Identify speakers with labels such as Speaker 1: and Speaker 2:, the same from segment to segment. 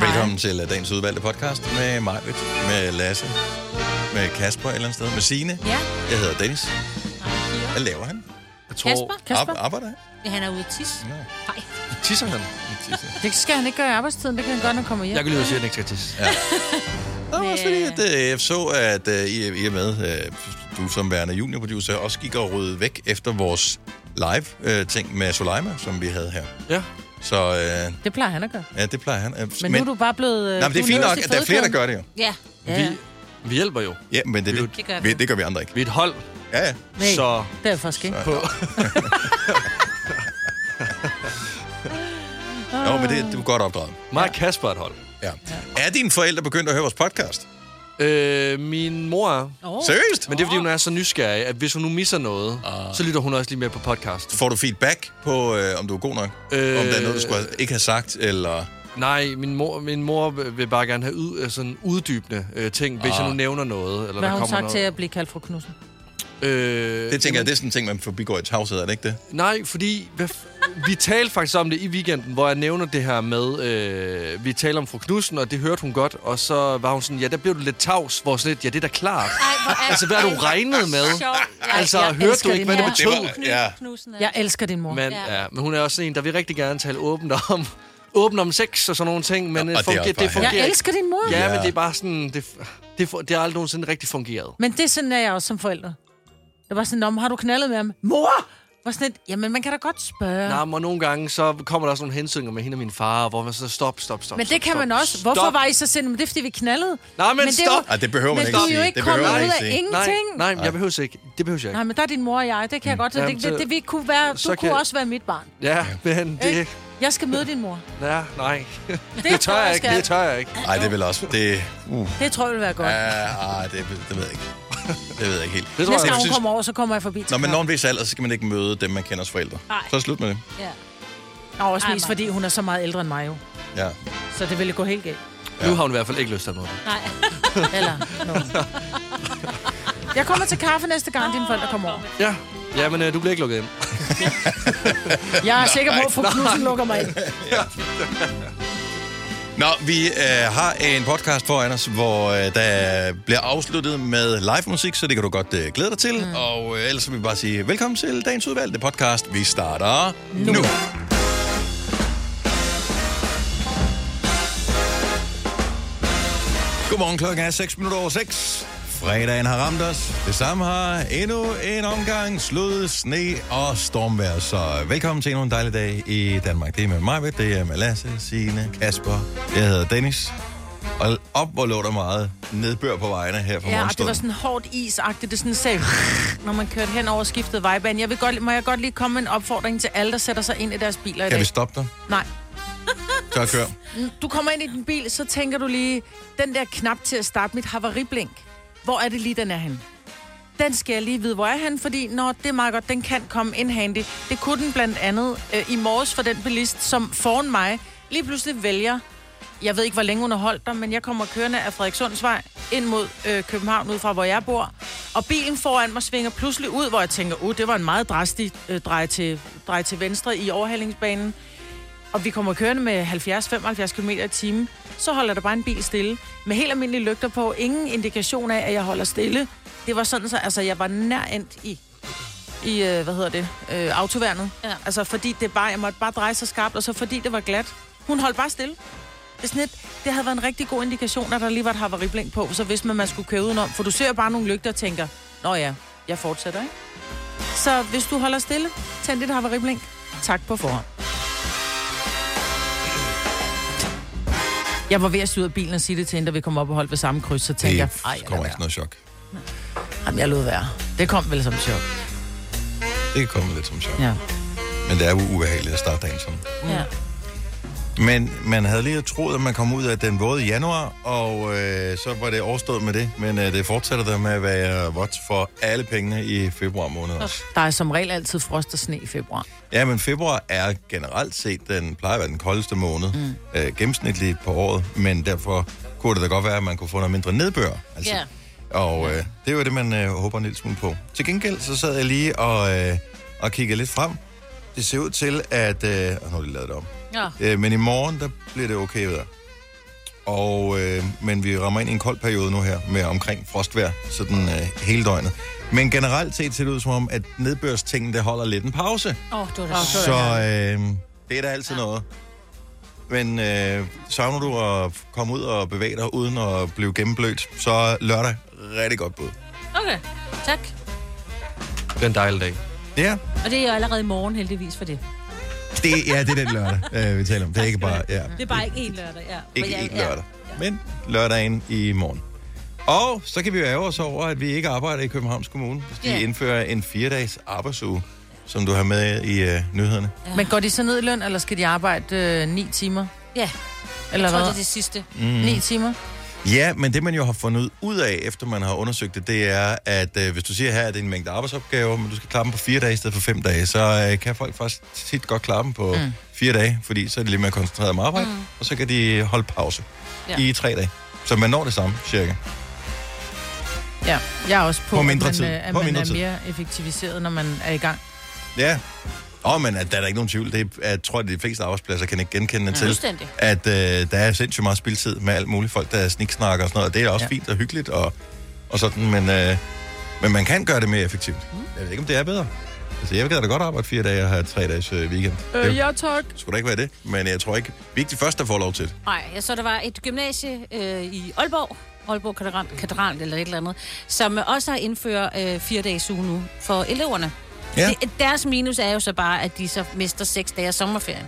Speaker 1: velkommen til øh, dagens udvalgte podcast med Majbet, med Lasse, med Kasper et eller andet sted, med Signe.
Speaker 2: Ja.
Speaker 1: Jeg hedder Dennis. Hvad laver han?
Speaker 3: Jeg
Speaker 2: Kasper?
Speaker 1: Kasper? arbejder han?
Speaker 2: Ja, han er ude at tisse.
Speaker 1: Mm.
Speaker 2: Nej.
Speaker 3: Tisser han?
Speaker 4: Det skal han ikke gøre i arbejdstiden. Det kan han godt, når han kommer hjem.
Speaker 3: Jeg kan lige ud og sige, at han ikke skal tisse.
Speaker 1: Ja. Det var også fordi, at øh, jeg så, at øh, I I er med, øh, du som værende juniorproducer, også gik og rydde væk efter vores live-ting med Soleima, som vi havde her.
Speaker 3: Ja.
Speaker 1: Så øh,
Speaker 4: Det plejer han at gøre.
Speaker 1: ja, det plejer han. Øh,
Speaker 4: Men, men nu er du bare blevet... øh,
Speaker 1: Nej, men det
Speaker 4: du
Speaker 1: er fint
Speaker 4: nederst
Speaker 1: nok,
Speaker 4: i
Speaker 1: at der er flere, der
Speaker 4: fødekæden.
Speaker 1: gør det jo.
Speaker 2: Ja.
Speaker 4: Ja,
Speaker 3: Vi, vi hjælper jo.
Speaker 1: Ja, men det, det,
Speaker 2: Det gør
Speaker 1: vi,
Speaker 2: vi.
Speaker 1: det gør vi andre ikke.
Speaker 3: Vi er et hold,
Speaker 1: Ja, ja.
Speaker 4: Nej,
Speaker 3: så...
Speaker 4: det er jeg faktisk ikke.
Speaker 3: På.
Speaker 1: Nå, men det, det er godt opdraget.
Speaker 3: Mig og Kasper er et hold.
Speaker 1: Ja. Er dine forældre begyndt at høre vores podcast?
Speaker 3: Øh, min mor er.
Speaker 2: Oh.
Speaker 1: Seriøst?
Speaker 3: Oh. Men det er, fordi hun er så nysgerrig, at hvis hun nu misser noget,
Speaker 1: Ah.
Speaker 3: så lytter hun også lige med på podcast.
Speaker 1: Får du feedback på, øh, om du er god nok? Øh... Om der er noget, du skulle have, ikke have sagt, eller...
Speaker 3: Øh, Nej, min mor, min mor vil bare gerne have ud, øh, sådan uddybende øh, ting,
Speaker 1: Ah.
Speaker 3: hvis jeg nu nævner noget. Eller
Speaker 4: Hvad
Speaker 3: der
Speaker 4: har hun
Speaker 3: kommer
Speaker 4: sagt til
Speaker 3: noget.
Speaker 4: at blive kaldt fru Knudsen?
Speaker 3: Øh,
Speaker 1: Det tænker jeg, det er sådan en ting, man forbigår i tavshed, er det ikke det?
Speaker 3: Nej, fordi hvad f- vi talte faktisk om det i weekenden, hvor jeg nævner det her med, øh, vi taler om fru Knudsen, og det hørte hun godt, og så var hun sådan, ja, der blev du lidt tavs, hvor sådan lidt, ja, det er da klart.
Speaker 2: Ej, hvor er
Speaker 3: Altså, hvad har du regnet med? Altså, hørte du
Speaker 4: elsker
Speaker 3: ikke, hvad det
Speaker 4: din
Speaker 1: Det
Speaker 3: betød?
Speaker 1: var, ja.
Speaker 2: Knusen
Speaker 4: Jeg elsker din mor.
Speaker 3: Men,
Speaker 2: Ja.
Speaker 3: ja, men hun er også en, der vil rigtig gerne tale åbent om, åbent om sex og sådan nogle ting, men
Speaker 1: Og
Speaker 3: øh,
Speaker 1: det er
Speaker 3: fungerer,
Speaker 1: også bare
Speaker 3: det fungerer
Speaker 4: jeg elsker din mor.
Speaker 3: ikke. Ja, men det er bare sådan, det, det, fu- det har aldrig nogensinde rigtig fungeret.
Speaker 4: Men det er sådan, at jeg også som forældre. Det var sådan, om har du knaldet med ham? Mor! Var sådan et, jamen, man kan da godt spørge.
Speaker 3: Nej, og nogle gange, så kommer der også nogle hensyninger med hende og min far, hvor man så stop, stop, stop.
Speaker 4: men det
Speaker 3: stop,
Speaker 4: kan
Speaker 3: stop,
Speaker 4: man også.
Speaker 3: stop.
Speaker 4: Hvorfor var I så sinde? Men det er, fordi vi knaldede.
Speaker 3: Nej, men
Speaker 4: det er jo-
Speaker 3: stop!
Speaker 1: Ej, det behøver man
Speaker 4: men
Speaker 1: ikke
Speaker 4: du
Speaker 1: at
Speaker 4: er jo
Speaker 1: sige.
Speaker 4: ikke
Speaker 1: Det
Speaker 4: kommet
Speaker 1: behøver man
Speaker 4: ud
Speaker 1: ikke
Speaker 4: af
Speaker 1: sige.
Speaker 4: ingenting.
Speaker 3: Nej, nej, jeg behøver ikke. Det behøver jeg ikke.
Speaker 4: Nej, men der er din mor og jeg. Det kan jeg
Speaker 1: Mm.
Speaker 4: godt. Så
Speaker 3: Jamen,
Speaker 4: det, det,
Speaker 3: så-
Speaker 4: det, vi kunne være, du
Speaker 3: så
Speaker 4: kunne
Speaker 3: kan-
Speaker 4: også være mit barn.
Speaker 3: Ja, men det...
Speaker 4: Ikke? Jeg skal møde din mor.
Speaker 3: Ja, nej. Det, det
Speaker 4: tror
Speaker 3: tør jeg
Speaker 4: jeg,
Speaker 3: ikke,
Speaker 4: skat.
Speaker 3: det tør jeg ikke.
Speaker 1: Nej, det vil også... Det, uh,
Speaker 4: Det tror jeg vil være godt. Ja,
Speaker 1: ah, det, det ved jeg ikke. Det ved jeg ikke helt.
Speaker 3: Det tror
Speaker 4: Næste
Speaker 3: jeg
Speaker 4: gang hun
Speaker 1: synes-
Speaker 4: kommer over, så kommer jeg forbi til
Speaker 1: Når man når
Speaker 4: kaffe.
Speaker 1: en vis alder, så skal man ikke møde dem, man kender som forældre.
Speaker 2: Nej.
Speaker 1: Så er det slut med det.
Speaker 2: Ja.
Speaker 4: Og også
Speaker 2: Ej,
Speaker 4: mest
Speaker 2: Maja.
Speaker 4: fordi hun er så meget ældre end mig jo.
Speaker 1: Ja.
Speaker 4: Så det ville gå helt galt.
Speaker 3: Nu har hun i hvert fald ikke lyst til noget.
Speaker 2: Nej.
Speaker 4: Eller noget. Jeg kommer til kaffe næste gang, dine forældre kommer over.
Speaker 3: Ja, ja men øh, du bliver ikke lukket ind.
Speaker 4: Jeg er sikker på, at fru Knudsen lukker mig ind.
Speaker 1: Nå, vi øh, har en podcast foran os, hvor øh, der bliver afsluttet med live musik, så det kan du godt øh, glæde dig til. Mm. Og øh, ellers vil vi bare sige velkommen til dagens udvalgte podcast. Vi starter nu. nu. Godmorgen, klokken er 6 minutter over 6. Fredagen har ramt os. Det samme har endnu en omgang slud, sne og stormvejr. Så velkommen til endnu en dejlig dag i Danmark. Det er med mig, det er med Lasse, Signe, Kasper. Jeg hedder Dennis. Og op, hvor lå der meget nedbør på vejene her fra
Speaker 4: Ja, og det var
Speaker 1: morgenstunden.
Speaker 4: sådan hårdt isagtigt. Det sådan sagde, når man kørte hen over skiftet vejbane. Jeg vil godt, må jeg godt lige komme med en opfordring til alle, der sætter sig ind i deres biler i
Speaker 1: Kan
Speaker 4: dag.
Speaker 1: vi stoppe dig?
Speaker 4: Nej.
Speaker 1: Så kør.
Speaker 4: Du kommer ind i din bil, så tænker du lige, den der knap til at starte mit havariblink. Hvor er det lige, den er henne? Den skal jeg lige vide, hvor er han, fordi når det er meget godt, den kan komme ind handy. Det kunne den blandt andet øh, i morges for den bilist, som foran mig lige pludselig vælger, jeg ved ikke, hvor længe hun har holdt dig, men jeg kommer kørende af Frederikssundsvej ind mod øh, København, ud fra hvor jeg bor. Og bilen foran mig svinger pludselig ud, hvor jeg tænker, uh, det var en meget drastig øh, drej, til, drej til venstre i overhalingsbanen og vi kommer kørende med 70-75 km i timen, så holder der bare en bil stille, med helt almindelige lygter på, ingen indikation af, at jeg holder stille. Det var sådan så, altså jeg var nær endt i, i øh, hvad hedder det, øh, autoværnet.
Speaker 2: Ja.
Speaker 4: Altså fordi det bare, jeg måtte bare dreje så skarpt, og så fordi det var glat. Hun holdt bare stille. Det, er sådan et, det havde været en rigtig god indikation, at der lige var et havariblink på, så hvis man, man skulle køre udenom. For du ser bare nogle lygter og tænker, nå ja, jeg fortsætter, ikke? Så hvis du holder stille, tænd dit havariblink. Tak på forhånd. Jeg var ved at syde ud af bilen og sige det til hende, da vi kom op og holdt ved samme kryds, så tænkte jeg,
Speaker 1: Det
Speaker 4: ej, jeg,
Speaker 1: kommer
Speaker 4: lader
Speaker 1: ikke sådan noget chok.
Speaker 4: være. Jamen, jeg lod være. Det kom vel som et chok.
Speaker 1: Det kommer lidt som chok.
Speaker 4: Ja. Mm.
Speaker 1: Men det er jo ubehageligt at starte dagen sådan.
Speaker 4: ja.
Speaker 1: Men man havde lige troet, at man kom ud af den våde januar, og øh, så var det overstået med det. Men øh, det fortsætter der med at være vådt for alle pengene i februar måned også.
Speaker 4: Der er som regel altid frost og sne i februar.
Speaker 1: Ja, men februar er generelt set, den plejer at være den koldeste måned mm. øh, gennemsnitligt på året. Men derfor kunne det da godt være, at man kunne få noget mindre nedbør. Altså.
Speaker 2: Ja.
Speaker 1: Og øh, det var det, man øh, håber en lille smule på. Til gengæld så sad jeg lige og, øh, og kiggede lidt frem. Det ser ud til, at... Øh, og nu har de lavet det om.
Speaker 2: Ja.
Speaker 1: Øh, men i morgen, der bliver det okay vejr. og, øh, men vi rammer ind i en kold periode nu her med omkring frostvejr sådan øh, hele døgnet. Men generelt set ser det ud som om, at nedbørstingen der holder lidt en pause.
Speaker 2: Åh, oh, det var da
Speaker 4: Åh,
Speaker 2: oh,
Speaker 4: så-
Speaker 1: Så øh, det er da altid noget. Men øh, savner du at komme ud og bevæge dig uden at blive gennemblødt, så er lørdag rigtig godt bud.
Speaker 2: Okay, tak.
Speaker 3: Det er en dejlig dag.
Speaker 1: Ja,
Speaker 2: Og det er jo allerede i morgen heldigvis for det.
Speaker 1: det, ja, det er den lørdag, øh, vi taler om. Det er ikke bare... Ja.
Speaker 2: Det er bare ikke en lørdag, ja.
Speaker 1: Ikke
Speaker 2: ja,
Speaker 1: ja, ikke lørdag, ja. men lørdagen i morgen. Og så kan vi jo ærge os over, at vi ikke arbejder i Københavns Kommune. hvis De
Speaker 2: Ja.
Speaker 1: indfører en fire-dages arbejdsuge, som du har med i øh, nyhederne.
Speaker 4: Men går de så ned i løn, eller skal de arbejde øh, 9 timer?
Speaker 2: Ja,
Speaker 4: Eller
Speaker 2: jeg tror,
Speaker 4: hvad?
Speaker 2: det er det sidste.
Speaker 4: Mm. 9 timer?
Speaker 1: Ja, men det man jo har fundet ud af, efter man har undersøgt det, det er, at øh, hvis du siger her, at det er en mængde arbejdsopgaver, men du skal klare dem på fire dage i stedet for fem dage, så øh, kan folk faktisk tit godt klare dem på mm. fire dage, fordi så er de lidt mere koncentreret om arbejde, mm. og så kan de holde pause ja.
Speaker 2: Ja.
Speaker 1: i tre dage. Så man når det samme, cirka.
Speaker 4: Ja, jeg er også på,
Speaker 1: På mindre
Speaker 4: at
Speaker 1: tid.
Speaker 4: man, øh, at
Speaker 1: På
Speaker 4: man
Speaker 1: mindre
Speaker 4: er
Speaker 1: tid.
Speaker 4: mere effektiviseret, når man er i gang.
Speaker 1: Ja. Åh, oh, men at, der er der ikke nogen tvivl. Det er, jeg tror, at de fleste arbejdspladser kan ikke genkende det til.
Speaker 2: Fuldstændig.
Speaker 1: At øh, der er sindssygt meget spildtid med alt muligt. Folk, der sniksnakker og sådan noget. og Det er også ja.
Speaker 4: Ja.
Speaker 1: fint og hyggeligt og, og sådan, men, øh, men man kan gøre det mere effektivt. Mm. Jeg ved ikke, om det er bedre. Altså, jeg kan da godt arbejde fire dage og have tre dages øh, weekend. det
Speaker 4: ja, tak.
Speaker 1: skulle da ikke være det, men jeg tror ikke. Vi er ikke de første, der får lov til det.
Speaker 2: Nej, jeg så, der var et gymnasie øh, i Aalborg, Aalborg Katedral, Katedral eller et eller andet, som også har indført øh, fire dages uge nu for eleverne.
Speaker 1: Ja.
Speaker 2: Ja. Det, deres minus er jo så bare, at de så mister seks dage af sommerferien.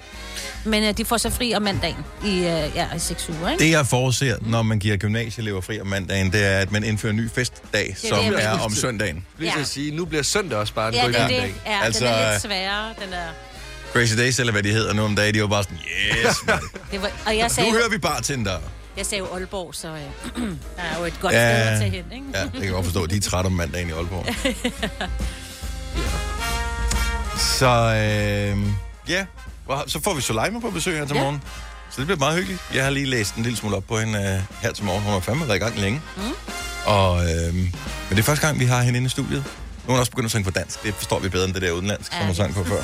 Speaker 2: Men øh, de får så fri om mandagen i, øh, ja, i seks uger, ikke?
Speaker 1: Det, jeg forudser, når man giver gymnasieelever fri om mandagen, det er, at man indfører en ny festdag, ja, som
Speaker 2: jeg
Speaker 1: er, er
Speaker 2: mener.
Speaker 1: om søndagen.
Speaker 3: Lige ja. til
Speaker 2: Ja.
Speaker 3: at sige, nu bliver søndag også bare en
Speaker 2: Ja,
Speaker 3: god
Speaker 2: det er
Speaker 3: dag.
Speaker 2: det. Ja, altså,
Speaker 1: Altså,
Speaker 2: den er
Speaker 1: øh,
Speaker 2: lidt sværere. Den er,
Speaker 1: Crazy Days, eller hvad de hedder nu om dagen, de var bare sådan, yes, man.
Speaker 2: det var, og jeg sagde,
Speaker 1: nu hører vi bartender.
Speaker 2: jeg sagde jo Aalborg, så øh, der er jo et godt
Speaker 1: Ja.
Speaker 2: sted at tage hen, ikke?
Speaker 1: Ja, det kan jeg godt forstå. De er trætte om mandagen i Aalborg. Så øh, ja, Hvor- så får vi Soleima på besøg her til
Speaker 2: Ja.
Speaker 1: morgen. Så det bliver meget hyggeligt. Jeg har lige læst en lille smule op på hende øh, her til morgen. Hun har fandme været i gang længe. Mm. Og, øh, men det er første gang, vi har hende inde i studiet. Nu er hun også begyndt at synge på dansk. Det forstår vi bedre end det der udenlandsk, som hun sang på før.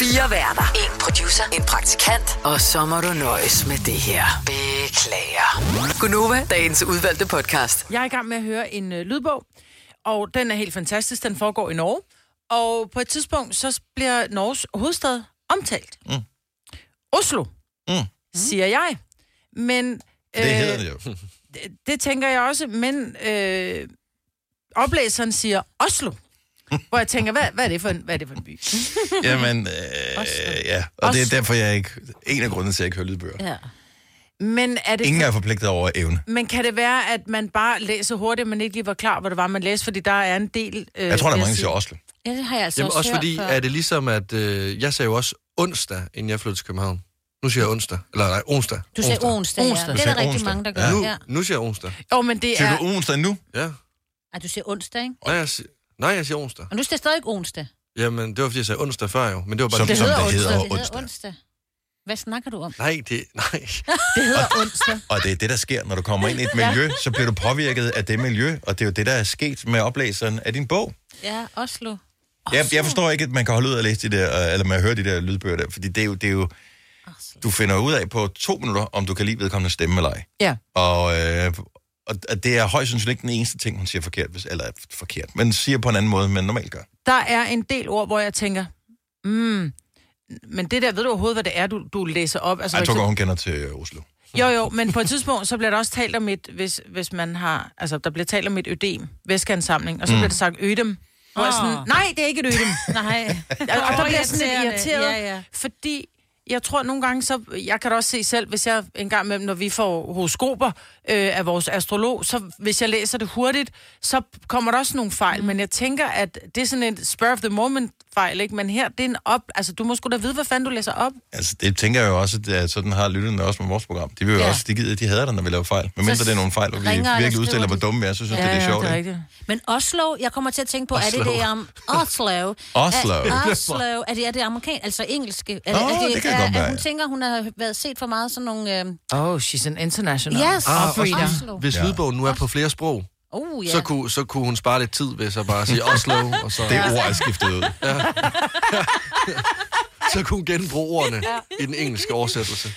Speaker 5: Fire værter. En producer. En praktikant. Og så må du nøjes med det her. Beklager. Gunova, dagens udvalgte podcast.
Speaker 4: Jeg er i gang med at høre en øh, lydbog, og den er helt fantastisk. Den foregår i Norge. Og på et tidspunkt, så bliver Norges hovedstad omtalt. Mm. Oslo,
Speaker 1: Mm.
Speaker 4: siger jeg. Men, øh,
Speaker 1: Det hedder det jo.
Speaker 4: det, det tænker jeg også, men øh, oplæseren siger Oslo. Hvor jeg tænker, hvad, hvad, er det for en, hvad er det for en by?
Speaker 1: Jamen, øh, ja. Og det er
Speaker 4: Også-
Speaker 1: derfor, jeg ikke... En af grundene til, at jeg ikke hører lydbøger.
Speaker 2: Ja.
Speaker 4: Men, er Øh, det,
Speaker 1: Ingen er forpligtet over evne.
Speaker 4: men kan det være, at man bare læser hurtigt, men ikke lige var klar, hvor det var, man læste? Fordi der er en del... Øh,
Speaker 1: Jeg tror, der er mange,
Speaker 4: vil
Speaker 1: der
Speaker 4: sige-
Speaker 1: siger Oslo.
Speaker 2: ja, det har jeg altså
Speaker 3: Jamen,
Speaker 2: også,
Speaker 3: også
Speaker 2: hørt
Speaker 3: fordi,
Speaker 2: før.
Speaker 3: er det ligesom, at øh, jeg sagde jo også onsdag, inden jeg flyttede til København. Nu siger jeg onsdag. Eller nej, onsdag.
Speaker 2: Du sagde onsdag, ja. Det
Speaker 4: Onsdag.
Speaker 1: Du
Speaker 2: er der
Speaker 1: sagde
Speaker 2: rigtig
Speaker 1: onsdag.
Speaker 2: mange, der gør.
Speaker 1: Ja.
Speaker 2: Ja.
Speaker 3: Nu,
Speaker 2: Ja.
Speaker 3: nu siger jeg onsdag.
Speaker 4: Jo, men det
Speaker 1: Siger
Speaker 4: er...
Speaker 1: du onsdag nu?
Speaker 3: Ja.
Speaker 2: Ej, du siger onsdag, ikke?
Speaker 3: Nej, jeg, siger, nej, jeg siger onsdag.
Speaker 2: Og nu siger jeg stadig onsdag.
Speaker 3: Jamen, det var, fordi jeg sagde onsdag før jo. Men det var bare... ligesom-
Speaker 1: Som-
Speaker 4: Det hedder
Speaker 1: det hedder
Speaker 4: onsdag.
Speaker 2: Det hedder
Speaker 1: onsdag.
Speaker 2: onsdag. Hvad snakker du om?
Speaker 3: Nej, det... Nej.
Speaker 4: Det hedder onsdag.
Speaker 1: Og det er det, der sker, når du kommer ind i et miljø, så bliver du påvirket af det miljø, og det er jo det, der er sket med oplæseren af din bog.
Speaker 2: Ja, Oslo.
Speaker 1: Jeg, jeg forstår ikke, at man kan holde ud og læse de der, øh, eller man hører de der lydbøger der, fordi det er jo, det er jo du finder ud af på to minutter, om du kan lide vedkommende stemme eller ej.
Speaker 4: Ja.
Speaker 1: Og, øh, og og det er højst sandsynligt ikke den eneste ting, hun siger forkert, hvis, eller forkert, men siger på en anden måde, men normalt gør.
Speaker 4: Der er en del ord, hvor jeg tænker, mm, men det der, ved du overhovedet, hvad det er, du, du læser op? Altså,
Speaker 1: Ej,
Speaker 4: for
Speaker 1: jeg tror godt, hun kender til øh, Oslo.
Speaker 4: Jo, jo, men på et tidspunkt, så bliver der også talt om et, hvis, hvis man har, altså der bliver talt om et ødem, væskeansamling, og så mm. bliver der sagt ødem. Hvor jeg sådan,
Speaker 2: Åh.
Speaker 4: nej, det er ikke et ødem.
Speaker 2: Nej.
Speaker 4: Og, og der bliver jeg sådan lidt irriteret,
Speaker 2: irriterende. Ja, ja.
Speaker 4: fordi jeg tror nogle gange, så jeg kan da også se selv, hvis jeg en gang imellem, når vi får horoskoper øh, af vores astrolog, så hvis jeg læser det hurtigt, så kommer der også nogle fejl, mm. men jeg tænker, at det er sådan en spur of the moment fejl, ikke? Men her, det er en op, altså du må sgu da vide, hvad fanden du læser op.
Speaker 1: Altså, det tænker jeg jo også, at øh, sådan har lytterne også med vores program. De vil jo ja.
Speaker 2: Ja.
Speaker 1: også, de gider, de hader det, når vi laver fejl. Men mindre det er nogle fejl, hvor vi
Speaker 2: ringer eller
Speaker 1: virkelig udstiller,
Speaker 2: skriver
Speaker 1: hvor
Speaker 2: de.
Speaker 1: dumme vi er, så synes ja, det er sjovt.
Speaker 4: det er
Speaker 1: ikke?
Speaker 4: rigtigt.
Speaker 2: Men Oslo, jeg kommer til at tænke på, er det
Speaker 3: Oslo.
Speaker 2: det om Oslo?
Speaker 1: Oslo.
Speaker 2: Er, Oslo, er det, er det amerikansk, altså engelsk? Er,
Speaker 1: Nå,
Speaker 2: er
Speaker 1: det kan
Speaker 2: er,
Speaker 1: godt
Speaker 2: er,
Speaker 1: være,
Speaker 2: hun
Speaker 1: ja.
Speaker 2: tænker, hun har været set for meget sådan nogle... Øh,
Speaker 4: Oh, she's an international.
Speaker 2: yes,
Speaker 4: Ah, også-
Speaker 2: Operator.
Speaker 4: Oslo.
Speaker 3: Hvis
Speaker 1: Ja.
Speaker 3: lydbogen nu er på flere sprog,
Speaker 2: Oh, ja.
Speaker 3: så, kunne, så kunne hun spare lidt tid ved så bare at sige Oslo, og så,
Speaker 1: Det ord er skiftet ud.
Speaker 3: så kunne hun genbruge ordene i den engelske oversættelse.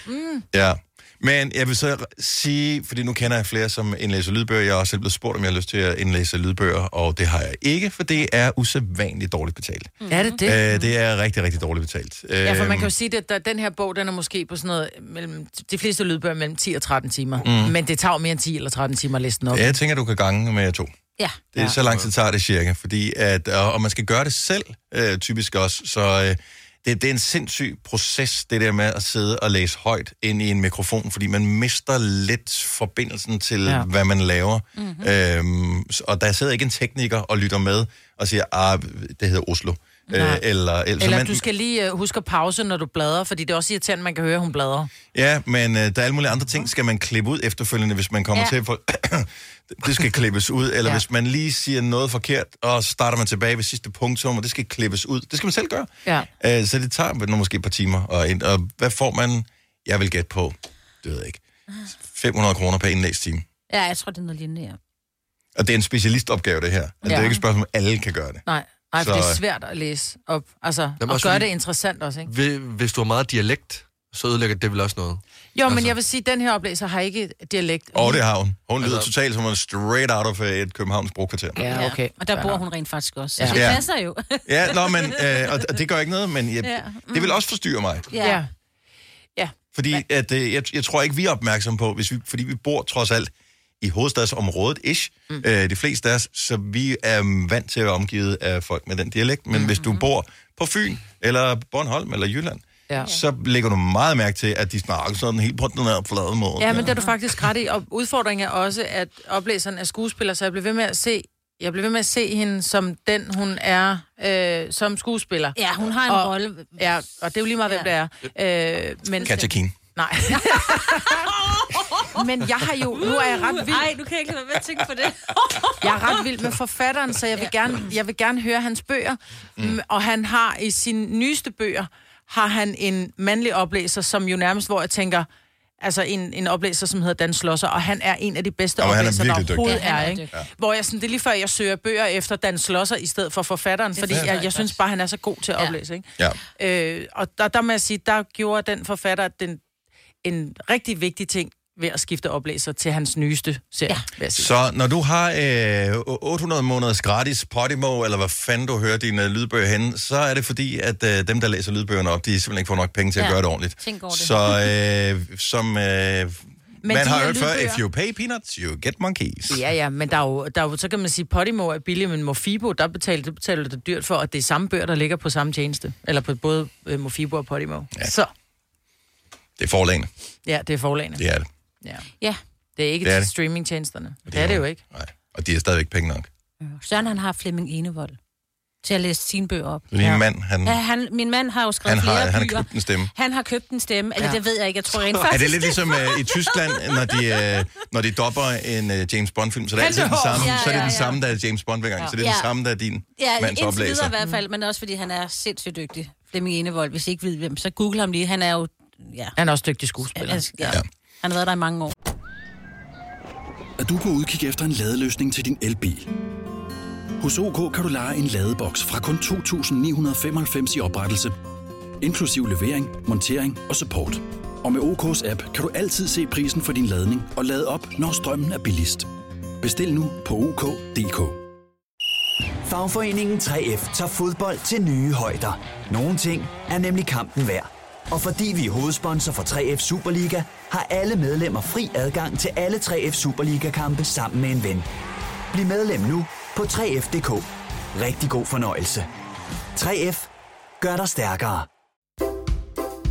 Speaker 1: Ja. Men jeg vil så sige, fordi nu kender jeg flere, som indlæser lydbøger. Jeg er også selv blevet spurgt, om jeg har lyst til at indlæse lydbøger, og det har jeg ikke, for det er usædvanligt dårligt betalt.
Speaker 4: Er det det?
Speaker 1: Øh, det er rigtig, rigtig dårligt betalt.
Speaker 4: Ja, for man kan jo
Speaker 1: Øhm,
Speaker 4: sige, at der- den her bog, den er måske på sådan noget, mellem, de fleste lydbøger er mellem 10 og 13 timer. Mm. Men det tager jo mere end 10 eller 13 timer at læse den op.
Speaker 1: Jeg tænker, du kan gange med to.
Speaker 2: Ja.
Speaker 1: Det er ja. så lang tid tager det cirka, fordi at, og, og man skal gøre det selv, øh, typisk også, så øh, det, det er en sindssyg proces, det der med at sidde og læse højt ind i en mikrofon, fordi man mister lidt forbindelsen til, ja.
Speaker 4: Ja. Mhm.
Speaker 1: hvad man laver. Mm-hmm. Øhm, s- og der sidder ikke en tekniker og lytter med og siger, ah, det hedder Oslo. Øh,
Speaker 4: Nej.
Speaker 1: eller, eller,
Speaker 4: Eller du skal lige uh, huske at pause, når du bladrer, fordi det er også irriterende, man kan høre, at hun bladrer.
Speaker 1: Ja, men øh, der er alle mulige andre ting, skal man klippe ud efterfølgende, hvis man kommer ja.
Speaker 2: Ja.
Speaker 1: til, for det skal klippes ud, eller ja.
Speaker 4: Ja.
Speaker 1: hvis man lige siger noget forkert, og starter man tilbage ved sidste punktum, og det skal klippes ud. Det skal man selv gøre.
Speaker 4: Ja.
Speaker 1: Øh, så det tager nu måske et par timer, og, ind, og hvad får man, jeg vil gætte på, det ved jeg ikke, 500 kroner per indlæst time.
Speaker 2: Ja, jeg tror, det er noget lignende, ja.
Speaker 1: Og det er en specialistopgave, det her. Altså, ja. Det er
Speaker 4: Ja.
Speaker 1: ikke et spørgsmål, om alle kan gøre det.
Speaker 4: Nej, Ej, for
Speaker 1: Så,
Speaker 4: det er
Speaker 1: øh,
Speaker 4: svært at læse op. Altså,
Speaker 3: Jamen,
Speaker 4: og
Speaker 3: også
Speaker 4: gøre
Speaker 3: fordi-
Speaker 4: det interessant også, ikke?
Speaker 3: Hvi- Hvis du har meget dialekt, så ødelægger det vel også noget.
Speaker 4: Jo, men
Speaker 3: Altså-
Speaker 4: jeg vil sige, at den her oplæser har ikke dialekt.
Speaker 1: Og det har hun. Hun lyder
Speaker 3: Altså-
Speaker 1: totalt som en straight out of øh, et Københavns brokvarter.
Speaker 4: Ja, okay.
Speaker 2: Og der
Speaker 4: Fair
Speaker 2: bor
Speaker 4: nok.
Speaker 2: hun rent faktisk også. Ja.
Speaker 4: Ja.
Speaker 2: Så det
Speaker 1: Ja.
Speaker 2: passer jo.
Speaker 1: Ja, nå, men, øh, og, og det gør ikke noget, men jeg, ja. Mm.
Speaker 2: Ja.
Speaker 1: det vil også forstyrre mig.
Speaker 2: ja.
Speaker 4: Ja.
Speaker 1: Fordi at, øh, jeg, jeg tror ikke, vi er opmærksomme på, hvis vi, fordi vi bor trods alt i hovedstadsområdet, ish, mm. øh, de fleste af os, så vi er mm, vant til at være omgivet af folk med den dialekt. Men mm-hmm. hvis du bor på Fyn, eller Bornholm, eller Jylland, ja.
Speaker 4: Ja.
Speaker 1: så lægger du meget mærke til, at de snakker sådan helt på den her flade måde.
Speaker 4: Ja, men det er du faktisk ret i. Og udfordringen er også, at oplæseren er skuespiller, så jeg blev ved med at se, jeg blev ved med at se hende som den, hun er øh, som skuespiller.
Speaker 2: ja, hun har en
Speaker 4: Og-
Speaker 2: rolle.
Speaker 4: Ja, og det er jo lige meget, hvem
Speaker 2: Ja.
Speaker 4: det er. Øh, men,
Speaker 1: Katja King.
Speaker 4: Nej. men jeg har jo, nu er jeg ret vild,
Speaker 2: Nej, du kan jeg ikke lade være med at tænke på det.
Speaker 4: jeg er ret vild med forfatteren, så jeg vil gerne, jeg vil gerne høre hans bøger. Mm. Og han har i sine nyeste bøger, har han en mandlig oplæser, som jo nærmest, hvor jeg tænker, altså en, en oplæser, som hedder Dan Slosser, og han er en af de bedste
Speaker 1: Jamen, han er
Speaker 4: oplæsere, der
Speaker 1: virkelig dygtig.
Speaker 4: overhovedet
Speaker 2: Ja,
Speaker 4: er,
Speaker 2: han er
Speaker 4: ikke?
Speaker 2: dygtig.
Speaker 4: Hvor jeg sådan, det er lige før, jeg søger bøger efter Dan Slosser i stedet for forfatteren, fordi
Speaker 2: forstår
Speaker 4: jeg,
Speaker 2: jeg
Speaker 4: jeg synes
Speaker 2: godt.
Speaker 4: bare, han er så god til at
Speaker 2: Ja.
Speaker 4: oplæse, ikke?
Speaker 1: Ja.
Speaker 4: Øh, og der, der må jeg sige, der gjorde den forfatter den, en rigtig vigtig ting ved at skifte oplæser til hans nyeste serie, ja. vil jeg sige.
Speaker 1: Så når du har øh, 800 måneders gratis Podimo, eller hvad fanden du hører dine øh, lydbøger henne, så er det fordi, at øh, dem, der læser lydbøgerne op, de simpelthen ikke får nok penge til at
Speaker 2: Ja.
Speaker 1: gøre det ordentligt.
Speaker 2: Tænk over det.
Speaker 1: Så øh, som øh, man
Speaker 4: de
Speaker 1: har
Speaker 4: her
Speaker 1: hørt før,
Speaker 4: lydbøger-
Speaker 1: if you pay peanuts, you get monkeys.
Speaker 4: Ja, ja, men der er jo, der er jo, så kan man sige, Podimo er billig, men Mofibo, der betaler, det betaler du dyrt for, og det er samme bøger, der ligger på samme tjeneste. Eller på både øh, Mofibo og Podimo. Ja. Så,
Speaker 1: Det er forlagene,
Speaker 4: ja, det er forlagene.
Speaker 1: det er det.
Speaker 4: Ja.
Speaker 2: ja.
Speaker 4: Det er ikke
Speaker 1: Det er
Speaker 4: det er
Speaker 1: det.
Speaker 4: til streamingtjenesterne. Det er det jo ikke.
Speaker 1: Nej. Og de er stadigvæk penge nok.
Speaker 2: Søren, han har Flemming Enevold til at læse sine bøger op.
Speaker 1: Min ja. mand, han,
Speaker 2: Ja,
Speaker 1: ja,
Speaker 2: han, min mand har jo skrevet
Speaker 1: han, har,
Speaker 2: flere
Speaker 1: han har
Speaker 2: bøger.
Speaker 1: købt en stemme.
Speaker 2: Han har købt en stemme. Eller ja. det ved jeg ikke. Jeg tror rent
Speaker 1: Er
Speaker 2: faktisk...
Speaker 1: det lidt ligesom øh, i Tyskland, når de, øh, når de dopper en øh, James Bond-film, så det er altid den samme,
Speaker 2: Ja,
Speaker 1: så er det
Speaker 2: ja,
Speaker 1: den
Speaker 2: ja.
Speaker 1: samme, der er James Bond hver gang, så det er den
Speaker 2: Ja.
Speaker 1: samme, der er din
Speaker 2: Ja,
Speaker 1: mands
Speaker 2: indtil videre i
Speaker 1: oplæser.
Speaker 2: hvert fald, men også fordi han er sindssygt dygtig. Flemming Enevold, hvis I ikke ved hvem, så google ham lige. Han er jo... Ja,
Speaker 4: Han er også dygtig skuespiller.
Speaker 2: han, ja. han har været der i mange år.
Speaker 6: Er du på udkig efter en ladeløsning til din elbil? Hos OK kan du lege en ladeboks fra kun 2.995 i oprettelse, inklusiv levering, montering og support. Og med OK's app kan du altid se prisen for din ladning og lade op, når strømmen er billigst. Bestil nu på OK.dk.
Speaker 7: Fagforeningen 3F tager fodbold til nye højder. Nogle ting er nemlig kampen værd. Og fordi vi er hovedsponsor for 3F Superliga, har alle medlemmer fri adgang til alle 3F Superliga-kampe sammen med en ven. Bliv medlem nu på 3F.dk. Rigtig god fornøjelse. 3F gør dig stærkere.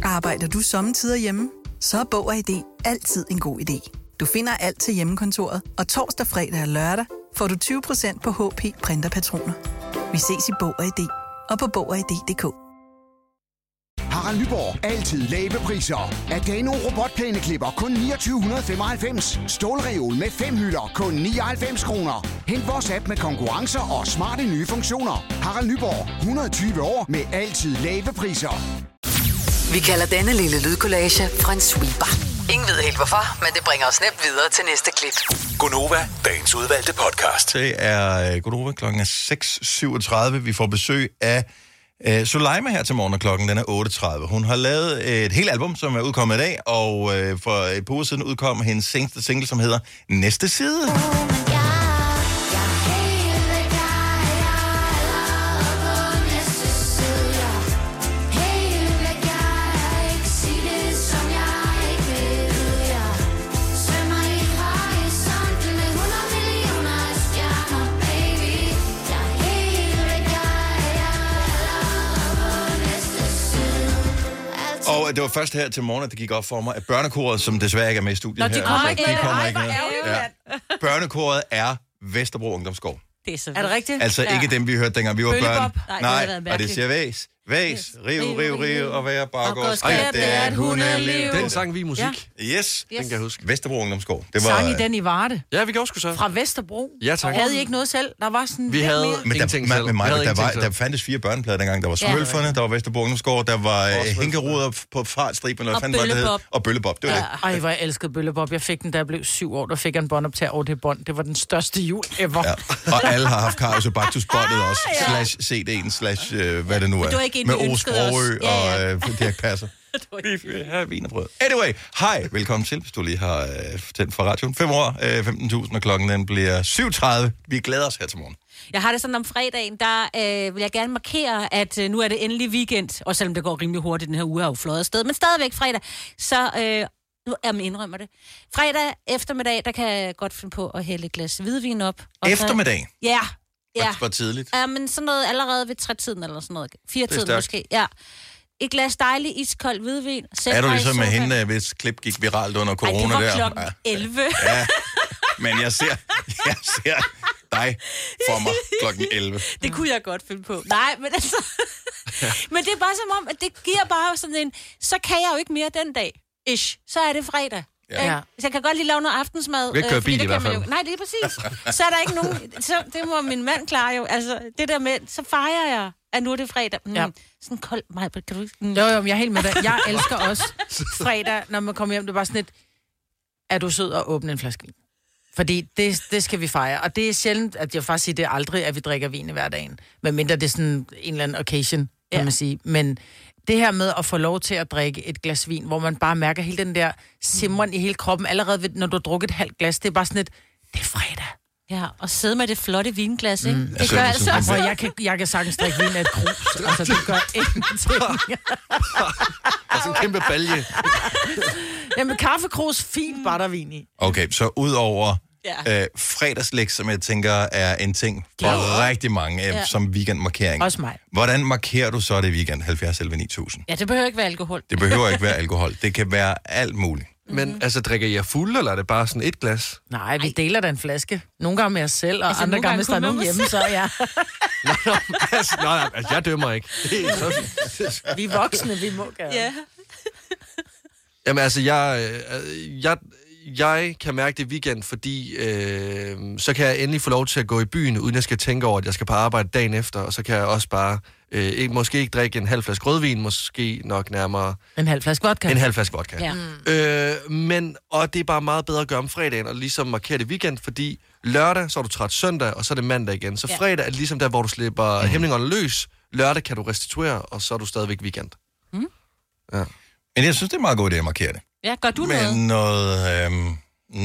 Speaker 8: Arbejder du sommetider hjemme? Så er Bog og ID altid en god idé. Du finder alt til hjemmekontoret, og torsdag, fredag og lørdag får du 20% på HP Printerpatroner. Vi ses i Bog og ID og på Bog og ID.dk.
Speaker 9: Harald Nyborg. Altid lave priser. Adano robotplæneklipper kun 2995. Stålreol med fem hylder kun 99 kroner. Hent vores app med konkurrencer og smarte nye funktioner. Harald Nyborg. 120 år med altid lave priser.
Speaker 5: Vi kalder denne lille lydkollage en sweeper. Ingen ved helt hvorfor, men det bringer os nemt videre til næste klip.
Speaker 10: Gunova, dagens udvalgte podcast.
Speaker 1: Det er øh, Godova klokken er 6.37. Vi får besøg af Øh, Suleima her til morgen, og klokken den er 8.30. Hun har lavet et helt album, som er udkommet i dag, og øh, for et par uger siden udkom hendes seneste single, som hedder Næste Side. Og øh, det var først her til morgen, at det gik op for mig, at børnekoret, som desværre ikke er med i studiet
Speaker 2: Nå,
Speaker 1: her,
Speaker 2: de kommer ikke med.
Speaker 1: de kommer
Speaker 2: Ej,
Speaker 1: ikke
Speaker 2: hvor
Speaker 1: med.
Speaker 2: ærgerligt,
Speaker 1: Ja. Børnekoret er Vesterbro Ungdomsskov.
Speaker 2: Det er så
Speaker 4: Er det rigtigt?
Speaker 1: Altså ja. ikke dem, vi hørte dengang vi var børn.
Speaker 4: Bøllebop.
Speaker 2: Nej, det havde
Speaker 1: Nej,
Speaker 2: været
Speaker 1: og det
Speaker 2: mærkeligt.
Speaker 1: siger væs. Væs, riv, riv, riv, og være
Speaker 2: Og
Speaker 1: baggårds.
Speaker 2: gå og skab, det er et hundeliv.
Speaker 3: Den sang vi i musik, ja.
Speaker 1: Yes,
Speaker 3: den kan jeg huske.
Speaker 1: Vesterbro Ungdomsskov. Det var,
Speaker 4: Sang I den i Varde?
Speaker 3: Ja, vi gjorde sgu så.
Speaker 4: Fra Vesterbro?
Speaker 3: Ja, tak.
Speaker 4: Og havde I ikke noget selv? Der var sådan
Speaker 3: Vi
Speaker 4: lidt
Speaker 3: havde-
Speaker 4: mere.
Speaker 1: Men der,
Speaker 3: Ingenting
Speaker 1: man,
Speaker 3: selv.
Speaker 1: med mig,
Speaker 3: Jeg havde
Speaker 1: der, var,
Speaker 3: ingenting
Speaker 1: der
Speaker 3: selv.
Speaker 1: fandtes fire børneplader dengang. Der var Smølferne, der var Vesterbro Ungdomsgård, der var øh, Hænkeruder på fartstriben, eller
Speaker 2: Og
Speaker 1: hvad fanden var det, det hed?
Speaker 2: Bøllebop.
Speaker 1: Og Bøllebop. Det var det.
Speaker 4: Ej, hvor jeg elskede Bøllebop. Jeg fik den, da jeg blev syv år. Der fik jeg en båndoptager over det bånd. Det var den største jul ever.
Speaker 1: Ja. Og alle har haft Karius Baktus båndet
Speaker 2: Ah,
Speaker 1: også, slash CD'en, slash øh, hvad det nu er.
Speaker 2: det var ikke en,
Speaker 1: Med
Speaker 2: vi
Speaker 1: Ove
Speaker 2: ønskede os.
Speaker 1: Sprogø
Speaker 2: Ja,
Speaker 1: og
Speaker 2: ja.
Speaker 1: øh, Dirk Passer. Vi vil have vin og brød. Anyway, hej, velkommen til, hvis du lige har øh, tændt for radioen. 5 år, øh, 15.000, og klokken den bliver 7.30. Vi glæder os her til morgen.
Speaker 2: Jeg har det sådan om fredagen, der øh, vil jeg gerne markere, at øh, nu er det endelig weekend. Og selvom det går rimelig hurtigt, den her uge er jo fløjet afsted. Men stadigvæk fredag. Så øh, nu er man indrømmer det. Fredag eftermiddag, der kan jeg godt finde på at hælde et glas hvidvin op. Og så-
Speaker 1: Eftermiddag, Altså,
Speaker 2: Ja. Ja.
Speaker 1: ja. var tidligt.
Speaker 2: ja, men sådan noget allerede ved trætiden eller sådan noget. Fire-tiden
Speaker 3: stærkt.
Speaker 2: måske, ja. Et glas dejlig iskold hvidvin. Sæt
Speaker 1: Er du
Speaker 2: mig i
Speaker 1: ligesom med
Speaker 2: sofaen.
Speaker 1: hende, øh, hvis klip gik viralt under
Speaker 2: Ej,
Speaker 1: corona
Speaker 2: det var
Speaker 1: der?
Speaker 2: klokken
Speaker 1: Ja.
Speaker 2: 11.
Speaker 1: Ja, men jeg ser, jeg ser dig for mig klokken 11.
Speaker 2: Det kunne jeg godt finde på. Nej, men altså... men det er bare som om, at det giver bare sådan en... Så kan jeg jo ikke mere den dag. Ish. Så er det fredag.
Speaker 1: Ja.
Speaker 2: Ja. Så jeg kan godt lige lave noget aftensmad. Du
Speaker 3: kan ikke køre bil i hvert fald.
Speaker 2: Jo. Nej, det er præcis. Så er der ikke nogen... Så det må min mand klare jo. Altså, det der med... Så fejrer jeg, at nu er det fredag. Mm.
Speaker 4: Ja.
Speaker 2: Ja. Sådan kold... Maj, kan du ikke... Mm.
Speaker 4: Jo, jo, men jeg er helt med dig. Jeg elsker også fredag, når man kommer hjem. Det er bare sådan lidt, er du sød og åbne en flaske vin? Fordi det, det skal vi fejre. Og det er sjældent, at jeg faktisk siger, det er aldrig, at vi drikker vin i hverdagen. Medmindre det er sådan en eller anden occasion, kan
Speaker 2: Ja.
Speaker 4: man sige. Men det her med at få lov til at drikke et glas vin, hvor man bare mærker hele den der simren i hele kroppen, allerede ved, når du har drukket et halvt glas, det er bare sådan lidt, det er fredag.
Speaker 2: Ja, og sidde med det flotte vinglas, ikke? Mm, det
Speaker 1: altså,
Speaker 2: gør
Speaker 1: hvis du-
Speaker 2: altså...
Speaker 4: Altså, jeg kan, jeg kan sagtens drikke vin af et krus. Altså, det gør ingenting.
Speaker 3: Og sådan Altså, en kæmpe balje.
Speaker 4: Jamen, kaffekrus, fint battervin i.
Speaker 1: Okay, så udover
Speaker 2: Ja.
Speaker 1: øh, fredagslæg, som jeg tænker er en ting for ja. rigtig mange øh, ja. som weekendmarkering.
Speaker 4: Også mig.
Speaker 1: Hvordan markerer du så det weekend? 70 11 9000.
Speaker 2: Ja, det behøver ikke være alkohol.
Speaker 1: Det behøver ikke være alkohol. Det kan være alt muligt.
Speaker 3: Men altså, drikker jeg fuld, eller er det bare sådan et glas?
Speaker 4: Nej, vi deler da en flaske. Nogle gange med os selv, og
Speaker 2: Altså,
Speaker 4: altså, andre
Speaker 2: nogle
Speaker 4: gange,
Speaker 2: gange
Speaker 4: hvis der er
Speaker 2: kun
Speaker 4: nogen
Speaker 2: med os
Speaker 4: hjemme, så ja.
Speaker 3: Nej, nej, altså, nej, nej, altså, jeg dømmer ikke. Det er så fint.
Speaker 4: Vi er voksne, vi må gerne.
Speaker 2: Ja.
Speaker 3: Jamen altså, jeg, øh, jeg, jeg kan mærke det weekend, fordi øh, så kan jeg endelig få lov til at gå i byen, uden jeg skal tænke over, at jeg skal på arbejde dagen efter, og så kan jeg også bare, øh, ikke, måske ikke drikke en halv flaske rødvin, måske nok nærmere
Speaker 4: En halv flaske vodka.
Speaker 3: en halv flaske vodka.
Speaker 2: Ja.
Speaker 3: Øh, men, og det er bare meget bedre at gøre om fredagen, og ligesom markere det weekend, fordi lørdag, så er du træt søndag, og så er det mandag igen. Så
Speaker 2: Ja.
Speaker 3: fredag er ligesom der, hvor du slipper mm. hæmningerne løs. Lørdag kan du restituere, og så er du stadigvæk weekend.
Speaker 1: Men jeg synes, det er en meget god idé at markere det.
Speaker 2: Ja, gør du noget?
Speaker 1: Men noget... Øh,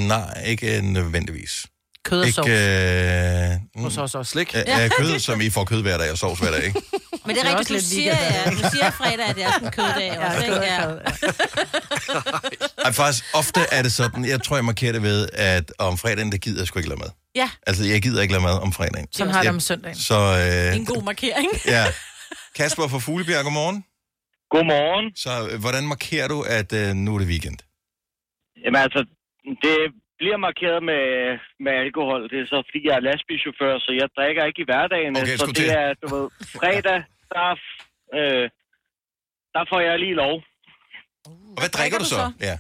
Speaker 1: nej, ikke nødvendigvis.
Speaker 4: Kød og sovs.
Speaker 1: Ikke... Øh,
Speaker 4: Hos os også.
Speaker 3: Slik.
Speaker 1: øh, øh, kød, som I får kød hver dag og sovs hver dag, ikke?
Speaker 2: Men det
Speaker 4: Det
Speaker 2: er rigtigt,
Speaker 4: er også
Speaker 2: du
Speaker 4: lidt
Speaker 2: siger, ja, du siger fredag, at det er sådan en køddag. også, ikke? Ja.
Speaker 1: Ej, faktisk, ofte er det sådan, jeg tror, jeg markerer det ved, at om fredagen, der gider jeg sgu ikke lade mad.
Speaker 2: ja,
Speaker 1: Altså, jeg gider ikke lade mad om fredagen.
Speaker 4: Sådan har jeg det om søndagen.
Speaker 1: Så,
Speaker 2: det er
Speaker 1: øh,
Speaker 2: en god markering.
Speaker 1: ja. Kasper fra Fuglebjerg, godmorgen.
Speaker 10: Godmorgen.
Speaker 1: Så øh, hvordan markerer du, at øh, nu er det weekend?
Speaker 10: Jamen altså, det bliver markeret med, med alkohol. Det er så, fordi jeg er lastbilchauffør, så jeg drikker ikke i hverdagen.
Speaker 1: Okay, jeg
Speaker 10: så
Speaker 1: skulle
Speaker 10: det
Speaker 1: til.
Speaker 10: er, du ved, fredag, der, er f- øh, der får jeg lige lov.
Speaker 1: Og hvad drikker du så? Ja.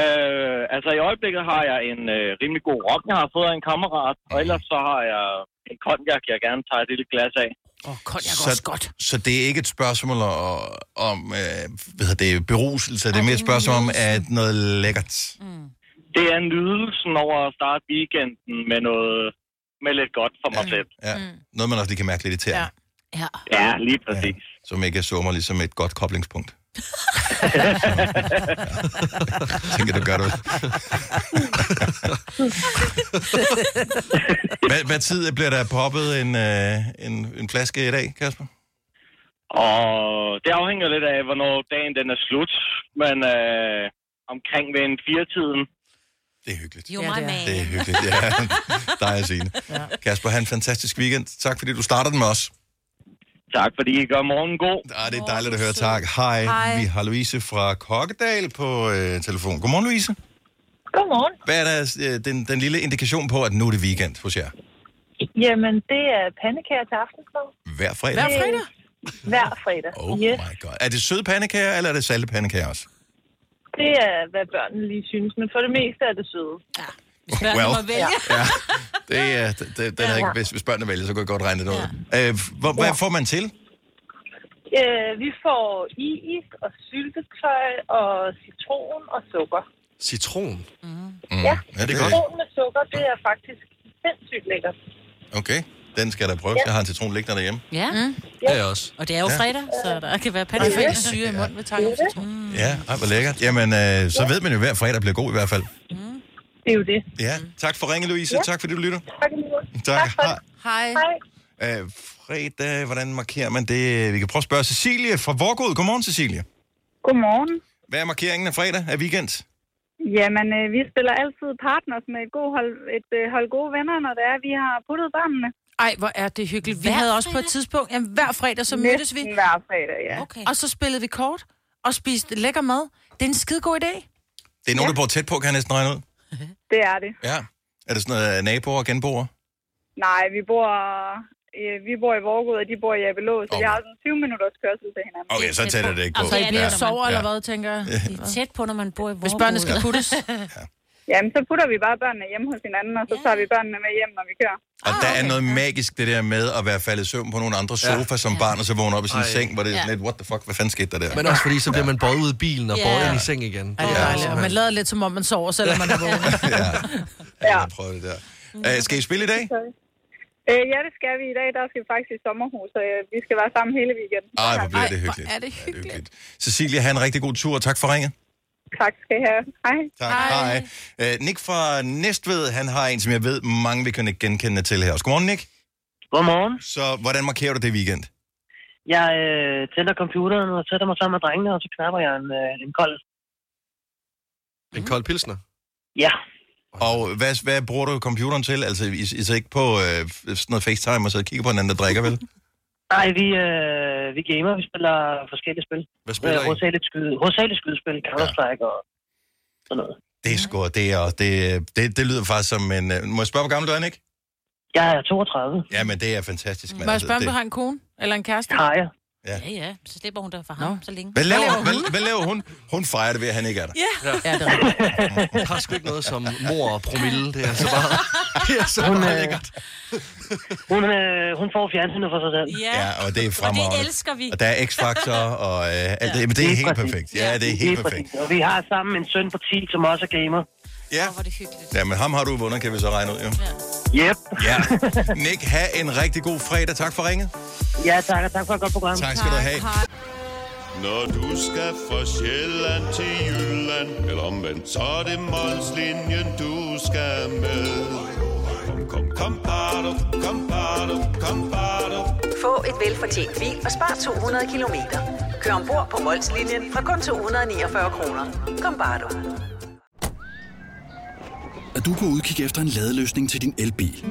Speaker 10: Øh, altså, i øjeblikket har jeg en øh, rimelig god rom, jeg har fået af en kammerat. Og ellers så har jeg en konjak, jeg gerne tager et lille glas af.
Speaker 4: Åh, oh, konjak
Speaker 1: Så-
Speaker 4: er også godt.
Speaker 1: Så det er ikke et spørgsmål o- om øh, hvad hedder det, beruselse, det er Mm. mere et spørgsmål om at noget lækkert.
Speaker 10: Det er nydelsen over at starte weekenden med noget med lidt godt for mig selv.
Speaker 1: Mm. Ja. Noget, man også lige kan mærke lidt i tæerne.
Speaker 2: Ja.
Speaker 10: Ja, lige præcis.
Speaker 1: som ikke summer ligesom et godt koblingspunkt. Så, ja. Tænker, du gør det. hvad, hvad tid bliver der poppet en, øh, en, en flaske i dag, Kasper?
Speaker 10: Og det afhænger lidt af, hvornår dagen den er slut. Men øh, omkring ved en firetiden.
Speaker 1: Det er hyggeligt.
Speaker 2: Jo, mig man.
Speaker 1: Det er hyggeligt, ja. Dig og Signe. Ja. Kasper, have en fantastisk weekend. Tak fordi du startede den med os.
Speaker 10: Tak fordi I gør morgenen god.
Speaker 1: Ah, det er dejligt at høre, tak. Hej,
Speaker 11: Hej.
Speaker 1: Hej. vi har Louise fra Kokkedal på øh, telefon. Godmorgen, Louise.
Speaker 11: Godmorgen.
Speaker 1: Hvad er der, øh, den, den lille indikation på, at nu er det weekend hos jer?
Speaker 11: Jamen, det er pandekager til aftensmad.
Speaker 1: Hver fredag?
Speaker 11: Øh, Hver fredag.
Speaker 1: Oh yes. my god. Er det søde pandekager, eller er det salte pandekager også?
Speaker 11: Det er, hvad børnene lige synes, men for det meste er det søde. Ja.
Speaker 1: ja. Det er, det, det, den er ikke, hvis, hvis børnene vælger, så kan jeg godt regne det ud. Ja. Øh, hvor, hvad får man til?
Speaker 11: Øh, vi får is og syltetøj og citron og sukker.
Speaker 3: Citron?
Speaker 1: Mm.
Speaker 11: Ja,
Speaker 1: Ja, det er godt.
Speaker 11: citron med sukker, det er faktisk sindssygt lækkert.
Speaker 1: Okay, den skal jeg da prøve.
Speaker 11: Ja.
Speaker 1: Jeg har en citron liggende derhjemme.
Speaker 2: Ja. Mm.
Speaker 1: Det er jeg også.
Speaker 2: Og det er jo
Speaker 1: Ja.
Speaker 2: fredag, så der kan være pandekager.
Speaker 4: Jeg syre i munden ved tanken. Mm.
Speaker 1: Ja, ej, hvor lækkert. Jamen, øh, så ved man jo, hver fredag bliver god i hvert fald.
Speaker 11: Det er jo det.
Speaker 1: Ja, Mm. tak for ringe, Louise.
Speaker 11: Ja.
Speaker 1: Ja. Tak fordi du lytter.
Speaker 11: Tak, Emil.
Speaker 1: Tak.
Speaker 11: for
Speaker 1: Hej.
Speaker 11: det. Hej. Hej.
Speaker 1: Øh, fredag, hvordan markerer man det? Vi kan prøve at spørge Cecilie fra Vorgod. Godmorgen, Cecilie.
Speaker 12: Godmorgen.
Speaker 1: Hvad er markeringen af fredag? Er weekend?
Speaker 12: Jamen, øh, vi spiller altid partners med et, god hold, et øh, hold gode venner, når det er, vi har puttet børnene.
Speaker 4: Ej, hvor er det hyggeligt. Vi
Speaker 12: Hver
Speaker 4: havde også på et tidspunkt, jamen, hver fredag, så
Speaker 12: Næsten
Speaker 4: mødtes vi.
Speaker 12: hver fredag, ja.
Speaker 4: Okay. Og så spillede vi kort og spiste lækker mad. Det er en skide god idé.
Speaker 1: Det er nogen, ja. der bor tæt på, kan jeg næsten regne ud.
Speaker 12: Det er det.
Speaker 1: Ja. Er det sådan noget øh, naboer og genboer?
Speaker 12: Nej, vi bor, øh, vi bor i Vorgod, og de bor i Abelå, så okay. vi har sådan 20 minutters kørsel til hinanden.
Speaker 1: Okay, så tæt er det ikke på.
Speaker 12: Altså, I bliver sover, eller hvad?
Speaker 4: Hvad tænker jeg?
Speaker 1: Ja.
Speaker 12: er tæt på, når man bor i Vorgod.
Speaker 4: Hvis børnene skal puttes.
Speaker 12: Jamen, så putter vi bare børnene hjemme hos hinanden, og så tager vi børnene med hjem, når vi kører.
Speaker 1: Og der er noget magisk, det der med at være faldet i søvn på nogle andre sofa ja. som barn, og så vågne op i sin
Speaker 3: Ej.
Speaker 1: seng, hvor det er sådan
Speaker 4: Ja.
Speaker 1: lidt, what the fuck, hvad fanden skete der der?
Speaker 3: Men også fordi, så bliver man båret ud i bilen og
Speaker 4: Ja.
Speaker 3: båret ind i seng igen.
Speaker 4: Ej, det er dejligt. Og man lader lidt, som om man sover, selvom man er vågen.
Speaker 1: ja. Jeg prøver det der. Øh, skal I spille i dag?
Speaker 12: Øh, ja, det skal vi i dag. Der skal vi faktisk i sommerhus, så øh, vi skal være sammen hele weekenden.
Speaker 1: Ej, hvor bliver det hyggeligt.
Speaker 12: er det hyggeligt.
Speaker 1: Cecilie, have en rigtig god tur, og tak for ringet.
Speaker 12: Tak skal I have. Hej.
Speaker 1: Tak. Hej. Hej. Øh, Nick fra Næstved, han har en, som jeg ved, mange vil kunne genkende til her også. Godmorgen, Nick.
Speaker 13: Godmorgen.
Speaker 1: Så hvordan markerer du det weekend?
Speaker 13: Jeg øh, tænder computeren og sætter mig sammen med drengene, og så knapper jeg en, øh, en kold.
Speaker 3: En kold pilsner?
Speaker 13: Ja.
Speaker 1: Og hvad, hvad bruger du computeren til? Altså, I, I så ikke på øh, sådan noget FaceTime og så kigger på hinanden, der drikker, vel?
Speaker 13: Nej, vi, øh, vi gamer. Vi spiller forskellige spil.
Speaker 3: Hvad spiller I?
Speaker 13: Rosaligt skyde, hovedsageligt skydespil, Counter-Strike og sådan noget.
Speaker 1: Det er sgu, det er, og det, det, det lyder faktisk som en... øh, Må jeg spørge, hvor gammel du er, Nick?
Speaker 13: Jeg er 32.
Speaker 1: Jamen, det er fantastisk, mand.
Speaker 4: Må jeg
Speaker 1: Altså,
Speaker 4: spørge, om
Speaker 1: det-
Speaker 4: du har en kone? Eller en kæreste?
Speaker 13: Har jeg.
Speaker 1: Ja.
Speaker 2: Ja, ja. Så slipper hun der for ham så længe.
Speaker 1: Hvad laver, hvad, hvad laver hun? Hun fejrer det ved, at han ikke er der.
Speaker 2: Ja.
Speaker 4: Ja, det
Speaker 3: Der er sgu ikke noget som mor og promille. Det er så bare, det er så
Speaker 13: Hun,
Speaker 3: bare
Speaker 13: øh,
Speaker 3: lækkert.
Speaker 13: Hun, øh, hun får fjernsynet for sig selv.
Speaker 1: Ja, og det er fremragende.
Speaker 13: elsker vi.
Speaker 1: Og der er X-Factor, og øh, alt det. Men det er
Speaker 13: Lige
Speaker 1: helt
Speaker 13: præcis.
Speaker 1: perfekt. Ja, det er helt perfekt.
Speaker 13: Og vi har sammen en søn på 10, som også er gamer.
Speaker 1: Ja.
Speaker 2: Hvor det hyggeligt.
Speaker 1: Ja, men ham har du vundet, kan vi så regne ud, jo.
Speaker 13: Yep.
Speaker 1: Ja. Nick, have en rigtig god fredag. Tak for ringet.
Speaker 13: Ja, tak, og tak for et godt program.
Speaker 1: Tak skal du have.
Speaker 14: Når du skal fra Sjælland til Jylland, eller omvendt, så er det Molslinjen, du skal med. Kom, kom, kom, bado, kom, bado, kom, bado.
Speaker 5: Få et velfortjent bil og spar 200 kilometer. Kør ombord på Molslinjen fra kun 249 kroner. Kom bare du.
Speaker 6: Er du på udkig efter en ladeløsning til din elbil?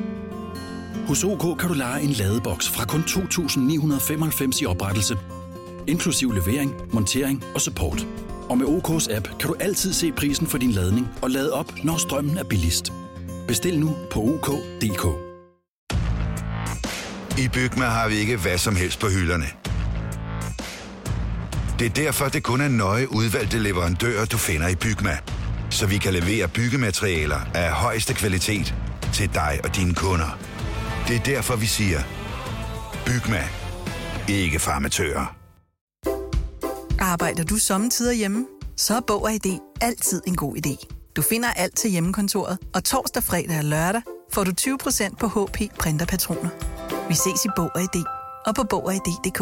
Speaker 6: Hos OK kan du lege en ladeboks fra kun 2.995 i oprettelse, inklusiv levering, montering og support. Og med OK's app kan du altid se prisen for din ladning og lade op, når strømmen er billigst. Bestil nu på OK.dk.
Speaker 15: I Bygma har vi ikke hvad som helst på hylderne. Det er derfor, det kun er nøje udvalgte leverandører, du finder i Bygma. Så vi kan levere byggematerialer af højeste kvalitet til dig og dine kunder. Det er derfor, vi siger, Bygma. Ikke farmatører.
Speaker 8: Arbejder du sommetider hjemme? Så er Bog og ID altid en god idé. Du finder alt til hjemmekontoret, og torsdag, fredag og lørdag får du 20% på HP Printerpatroner. Vi ses i Bog og ID og på BogerID.dk.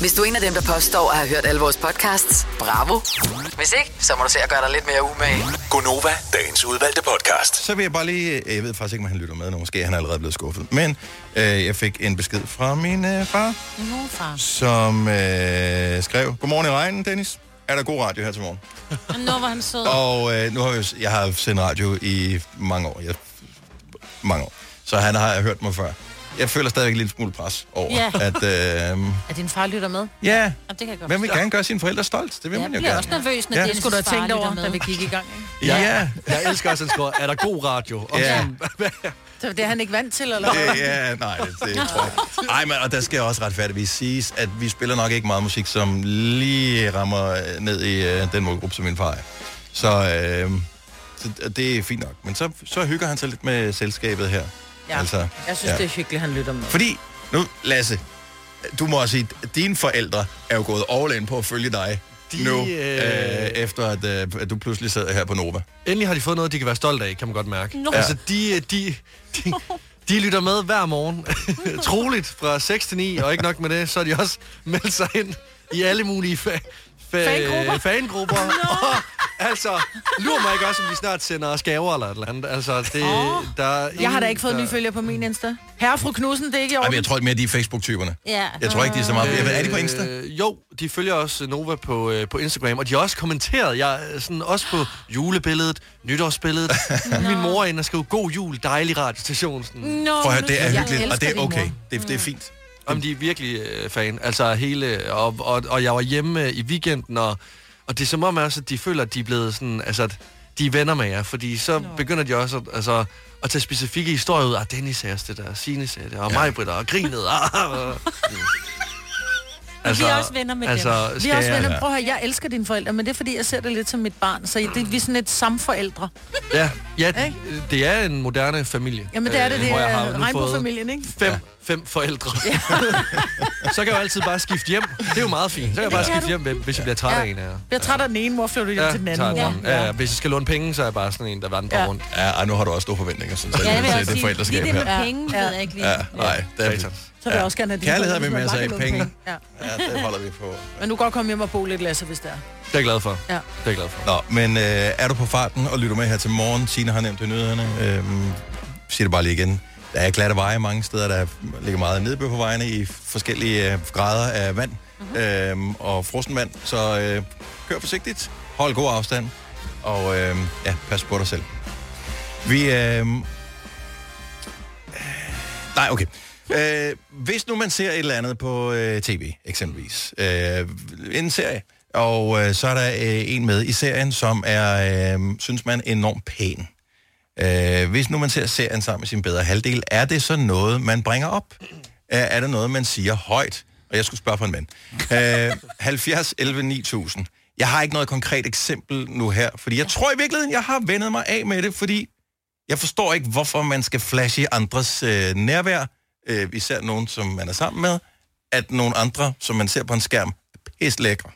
Speaker 5: Hvis du er en af dem, der påstår at have hørt alle vores podcasts, bravo. Hvis ikke, så må du se at gøre dig lidt mere umage.
Speaker 1: Gonova, dagens udvalgte podcast. Så vil jeg bare lige, øh, jeg ved faktisk ikke, om han lytter med nu, måske er han allerede blevet skuffet, men øh, jeg fik en besked fra min øh, far,
Speaker 2: Nå, far.
Speaker 1: som øh, skrev, Godmorgen i regnen, Dennis. Er der god radio her til morgen?
Speaker 2: Nå, hvor han sød.
Speaker 1: Og øh, nu har jeg, jeg har sendt radio i mange år. Jeg, mange år. Så han har hørt mig før. Jeg føler stadigvæk en lille smule pres over,
Speaker 2: Ja.
Speaker 1: at... Øh,
Speaker 2: Er din far lytter med?
Speaker 1: ja,
Speaker 2: Jamen, det kan jeg godt
Speaker 1: man vil
Speaker 2: forstå.
Speaker 1: gerne gøre sine forældre stolt. Det vil
Speaker 2: Ja,
Speaker 1: man jo
Speaker 2: jeg
Speaker 1: gerne.
Speaker 2: bliver også nervøs, når
Speaker 1: Ja.
Speaker 2: ja.
Speaker 1: Det
Speaker 2: det
Speaker 1: skulle du
Speaker 2: skulle du have tænkt over,
Speaker 4: da vi gik i gang. Ikke?
Speaker 1: Ja. ja.
Speaker 3: Jeg elsker også, at han skriver, er der god radio? Og
Speaker 1: Ja.
Speaker 3: sådan,
Speaker 4: Så det er han ikke vant til, eller hvad?
Speaker 1: Det, ja, nej, det, det tror jeg ikke. Ej, men, og der skal også retfærdigvis siges, at vi spiller nok ikke meget musik, som lige rammer øh, ned i øh, den målgruppe, som min far er. Så, øh, så og det er fint nok. Men så, så hygger han sig lidt med selskabet her.
Speaker 4: Ja. Altså, jeg synes, ja. det er hyggeligt, han lytter med.
Speaker 1: Fordi, nu, Lasse, du må også sige, at dine forældre er jo gået all in på at følge dig
Speaker 3: De,
Speaker 1: De, nu, øh...
Speaker 3: øh,
Speaker 1: efter at, øh, at du pludselig sidder her på Nova.
Speaker 3: Endelig har de fået noget, de kan være stolte af, kan man godt mærke.
Speaker 1: Nå.
Speaker 3: Altså, de, øh, de, de, de lytter med hver morgen. Troligt fra 6 til 9, og ikke nok med det, så er de også meldt sig ind i alle mulige fa- fa-
Speaker 14: Fangrupper.
Speaker 3: fangrupper. Og, altså, lurer mig ikke også, om vi snart sender skaver eller et eller andet. Altså, det, oh. der er
Speaker 4: Jeg har
Speaker 3: ingen,
Speaker 4: da ikke fået
Speaker 3: der- Øh,
Speaker 4: nye følger på min Insta. Herre og fru Knudsen, det er ikke i
Speaker 1: Ej, men
Speaker 4: orden.
Speaker 1: jeg tror ikke mere, de er Facebook-typerne.
Speaker 4: Ja.
Speaker 1: Jeg tror ikke, de er så meget... Jeg ved, er de på Insta?
Speaker 3: Øh, jo, de følger også Nova på, øh, på Instagram, og de har også kommenteret. Jeg er sådan også på julebilledet, nytårsbilledet. Min mor er inde og skriver, god jul, dejlig radiostation. Sådan.
Speaker 1: Nå, Prøv at høre, det er jeg hyggeligt, og elsker det er din okay. mor. Det, det er fint.
Speaker 3: Jamen, de er virkelig øh, fan. Altså hele, og, og, og jeg var hjemme øh, i weekenden, og, og det er som om også, at de føler, at de er blevet sådan, altså, at de er venner med jer, fordi så Nå. begynder de også at, altså, at tage specifikke historier ud. Ah, Dennis sagde også det der, Signe sagde det, og ja. mig, Britta, og grinet. Ah, og,
Speaker 4: Altså, vi er også venner med
Speaker 3: altså,
Speaker 4: dem. Vi
Speaker 3: skal
Speaker 4: er også
Speaker 3: jeg-
Speaker 4: venner. Prøv at høre, jeg elsker dine forældre, men det er fordi, jeg ser det lidt som mit barn. Så det, vi er sådan et samforældre.
Speaker 3: Ja, ja det, det er en moderne familie. Øh,
Speaker 4: Jamen, det er det, det
Speaker 3: hvor
Speaker 4: er
Speaker 3: jeg har nu
Speaker 4: regnbuefamilien, ikke?
Speaker 3: fået Fem, fem forældre. så kan jeg jo altid bare skifte hjem. Det er jo meget fint. Så kan jeg
Speaker 4: Det
Speaker 3: bare
Speaker 4: kan
Speaker 3: skifte
Speaker 4: du.
Speaker 3: hjem, hvis jeg bliver træt af en af jer.
Speaker 4: Jeg er træt af den ene mor, flytter hjem til den anden
Speaker 3: tager
Speaker 4: mor.
Speaker 3: Ja. Ja, hvis jeg skal låne penge, så er jeg bare sådan en, der vandrer
Speaker 4: Ja.
Speaker 3: rundt.
Speaker 1: Ja, og nu har du også store forventninger, sådan
Speaker 2: Ja, jeg vil
Speaker 1: til
Speaker 2: også
Speaker 1: det
Speaker 2: sige,
Speaker 1: forældreskab
Speaker 2: lige det med
Speaker 1: her.
Speaker 2: penge, ved jeg ikke lige.
Speaker 1: Ja, nej, det er
Speaker 4: Så vil jeg også gerne have dine
Speaker 1: Kærlighed
Speaker 4: forældre,
Speaker 1: har vi med
Speaker 4: hvis man
Speaker 1: sig i
Speaker 4: bare kan
Speaker 1: penge.
Speaker 4: låne
Speaker 1: Ja.
Speaker 4: Ja.
Speaker 1: det holder vi på.
Speaker 4: Men nu går komme hjem og bo lidt, Lasse, hvis det er.
Speaker 3: Det er jeg glad for.
Speaker 4: Ja.
Speaker 3: Det er jeg glad for.
Speaker 1: Nå, men øh, er du på farten og lytter med her til morgen? Tina har nævnt det i nyhederne. Øhm, siger det bare lige igen. Der er glatte veje mange steder. Der ligger meget nedbør på vejene i forskellige øh, grader af vand mm-hmm. øhm, og frossen vand. Så øh, kør forsigtigt. Hold god afstand. Og øh, ja, pas på dig selv. Vi... Øh, Nej, okay. Øh, hvis nu man ser et eller andet på øh, tv, eksempelvis. Øh, en serie. Og øh, så er der øh, en med i serien, som er, øh, synes man, enormt pæn. Øh, hvis nu man ser serien sammen med sin bedre halvdel, er det så noget, man bringer op? Er, er det noget, man siger højt? Og jeg skulle spørge for en mand. Øh, 70 11 9000. Jeg har ikke noget konkret eksempel nu her, fordi jeg tror i virkeligheden, jeg har vendet mig af med det, fordi jeg forstår ikke, hvorfor man skal flashe i andres øh, nærvær, øh, især nogen, som man er sammen med, at nogle andre, som man ser på en skærm, er pisse lækre.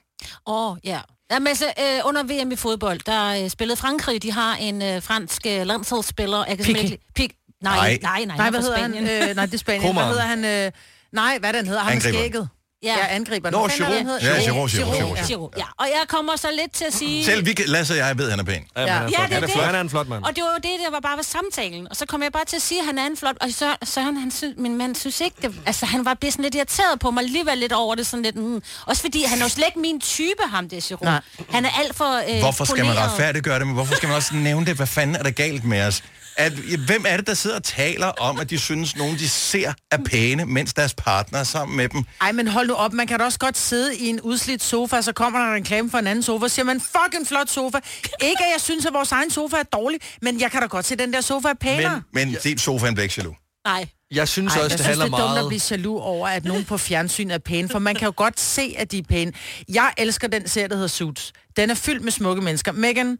Speaker 2: Åh, oh, ja. Jamen, altså, øh, under VM i fodbold, der øh, spillede Frankrig, de har en øh, fransk øh, landsholdsspiller. Jeg kan simpelthen ikke... Pik. Nej, nej, nej, nej,
Speaker 4: hvad hedder han? Øh, nej, det er Spanien. Hvad
Speaker 2: Krummerer.
Speaker 4: hedder han? Øh, nej, hvad er det, han hedder? Ham med
Speaker 1: Angriberen.
Speaker 4: skægget.
Speaker 2: Ja,
Speaker 4: ja angriber.
Speaker 1: Nå, Giroud. Ja, Giroud, Giroud, Giroud, Giroud.
Speaker 2: Ja, og jeg kommer så lidt til at sige...
Speaker 1: Selv vi, kan- Lasse og jeg ved, at han er pæn.
Speaker 2: Ja, men han er Ja, flot. det er Han er det. flot. Han er en
Speaker 3: flot
Speaker 2: Og det var jo det, der var bare ved samtalen. Og så kom jeg bare til at sige, at han er en flot... Og så, Søren, han sy- min mand synes ikke det... Altså, han var blevet sådan lidt irriteret på mig alligevel lidt over det. Sådan lidt, mm. Også fordi han er jo slet ikke min type, ham det Giroud.
Speaker 1: Nej.
Speaker 2: Han er alt for øh,
Speaker 1: Hvorfor skal man
Speaker 2: poleret.
Speaker 1: retfærdiggøre det, men hvorfor skal man også nævne det? Hvad fanden er der galt med os? At, hvem er det, der sidder og taler om, at de synes, nogen de ser er pæne, mens deres partner er sammen med dem?
Speaker 4: Ej, men hold nu op. Man kan da også godt sidde i en udslidt sofa, og så kommer der en reklame for en anden sofa, og siger man, fucking flot sofa. Ikke, at jeg synes, at vores egen sofa er dårlig, men jeg kan da godt se, at den der sofa er pænere.
Speaker 1: Men, men din sofaen bliver ikke jaloux.
Speaker 2: Nej.
Speaker 3: Jeg synes også,
Speaker 4: Ej, jeg
Speaker 3: det
Speaker 4: synes,
Speaker 3: handler
Speaker 4: det er dumt at
Speaker 3: meget...
Speaker 4: blive jaloux over, at nogen på fjernsyn er pæne, for man kan jo godt se, at de er pæne. Jeg elsker den serie, der hedder Suits. Den er fyldt med smukke mennesker. Megan,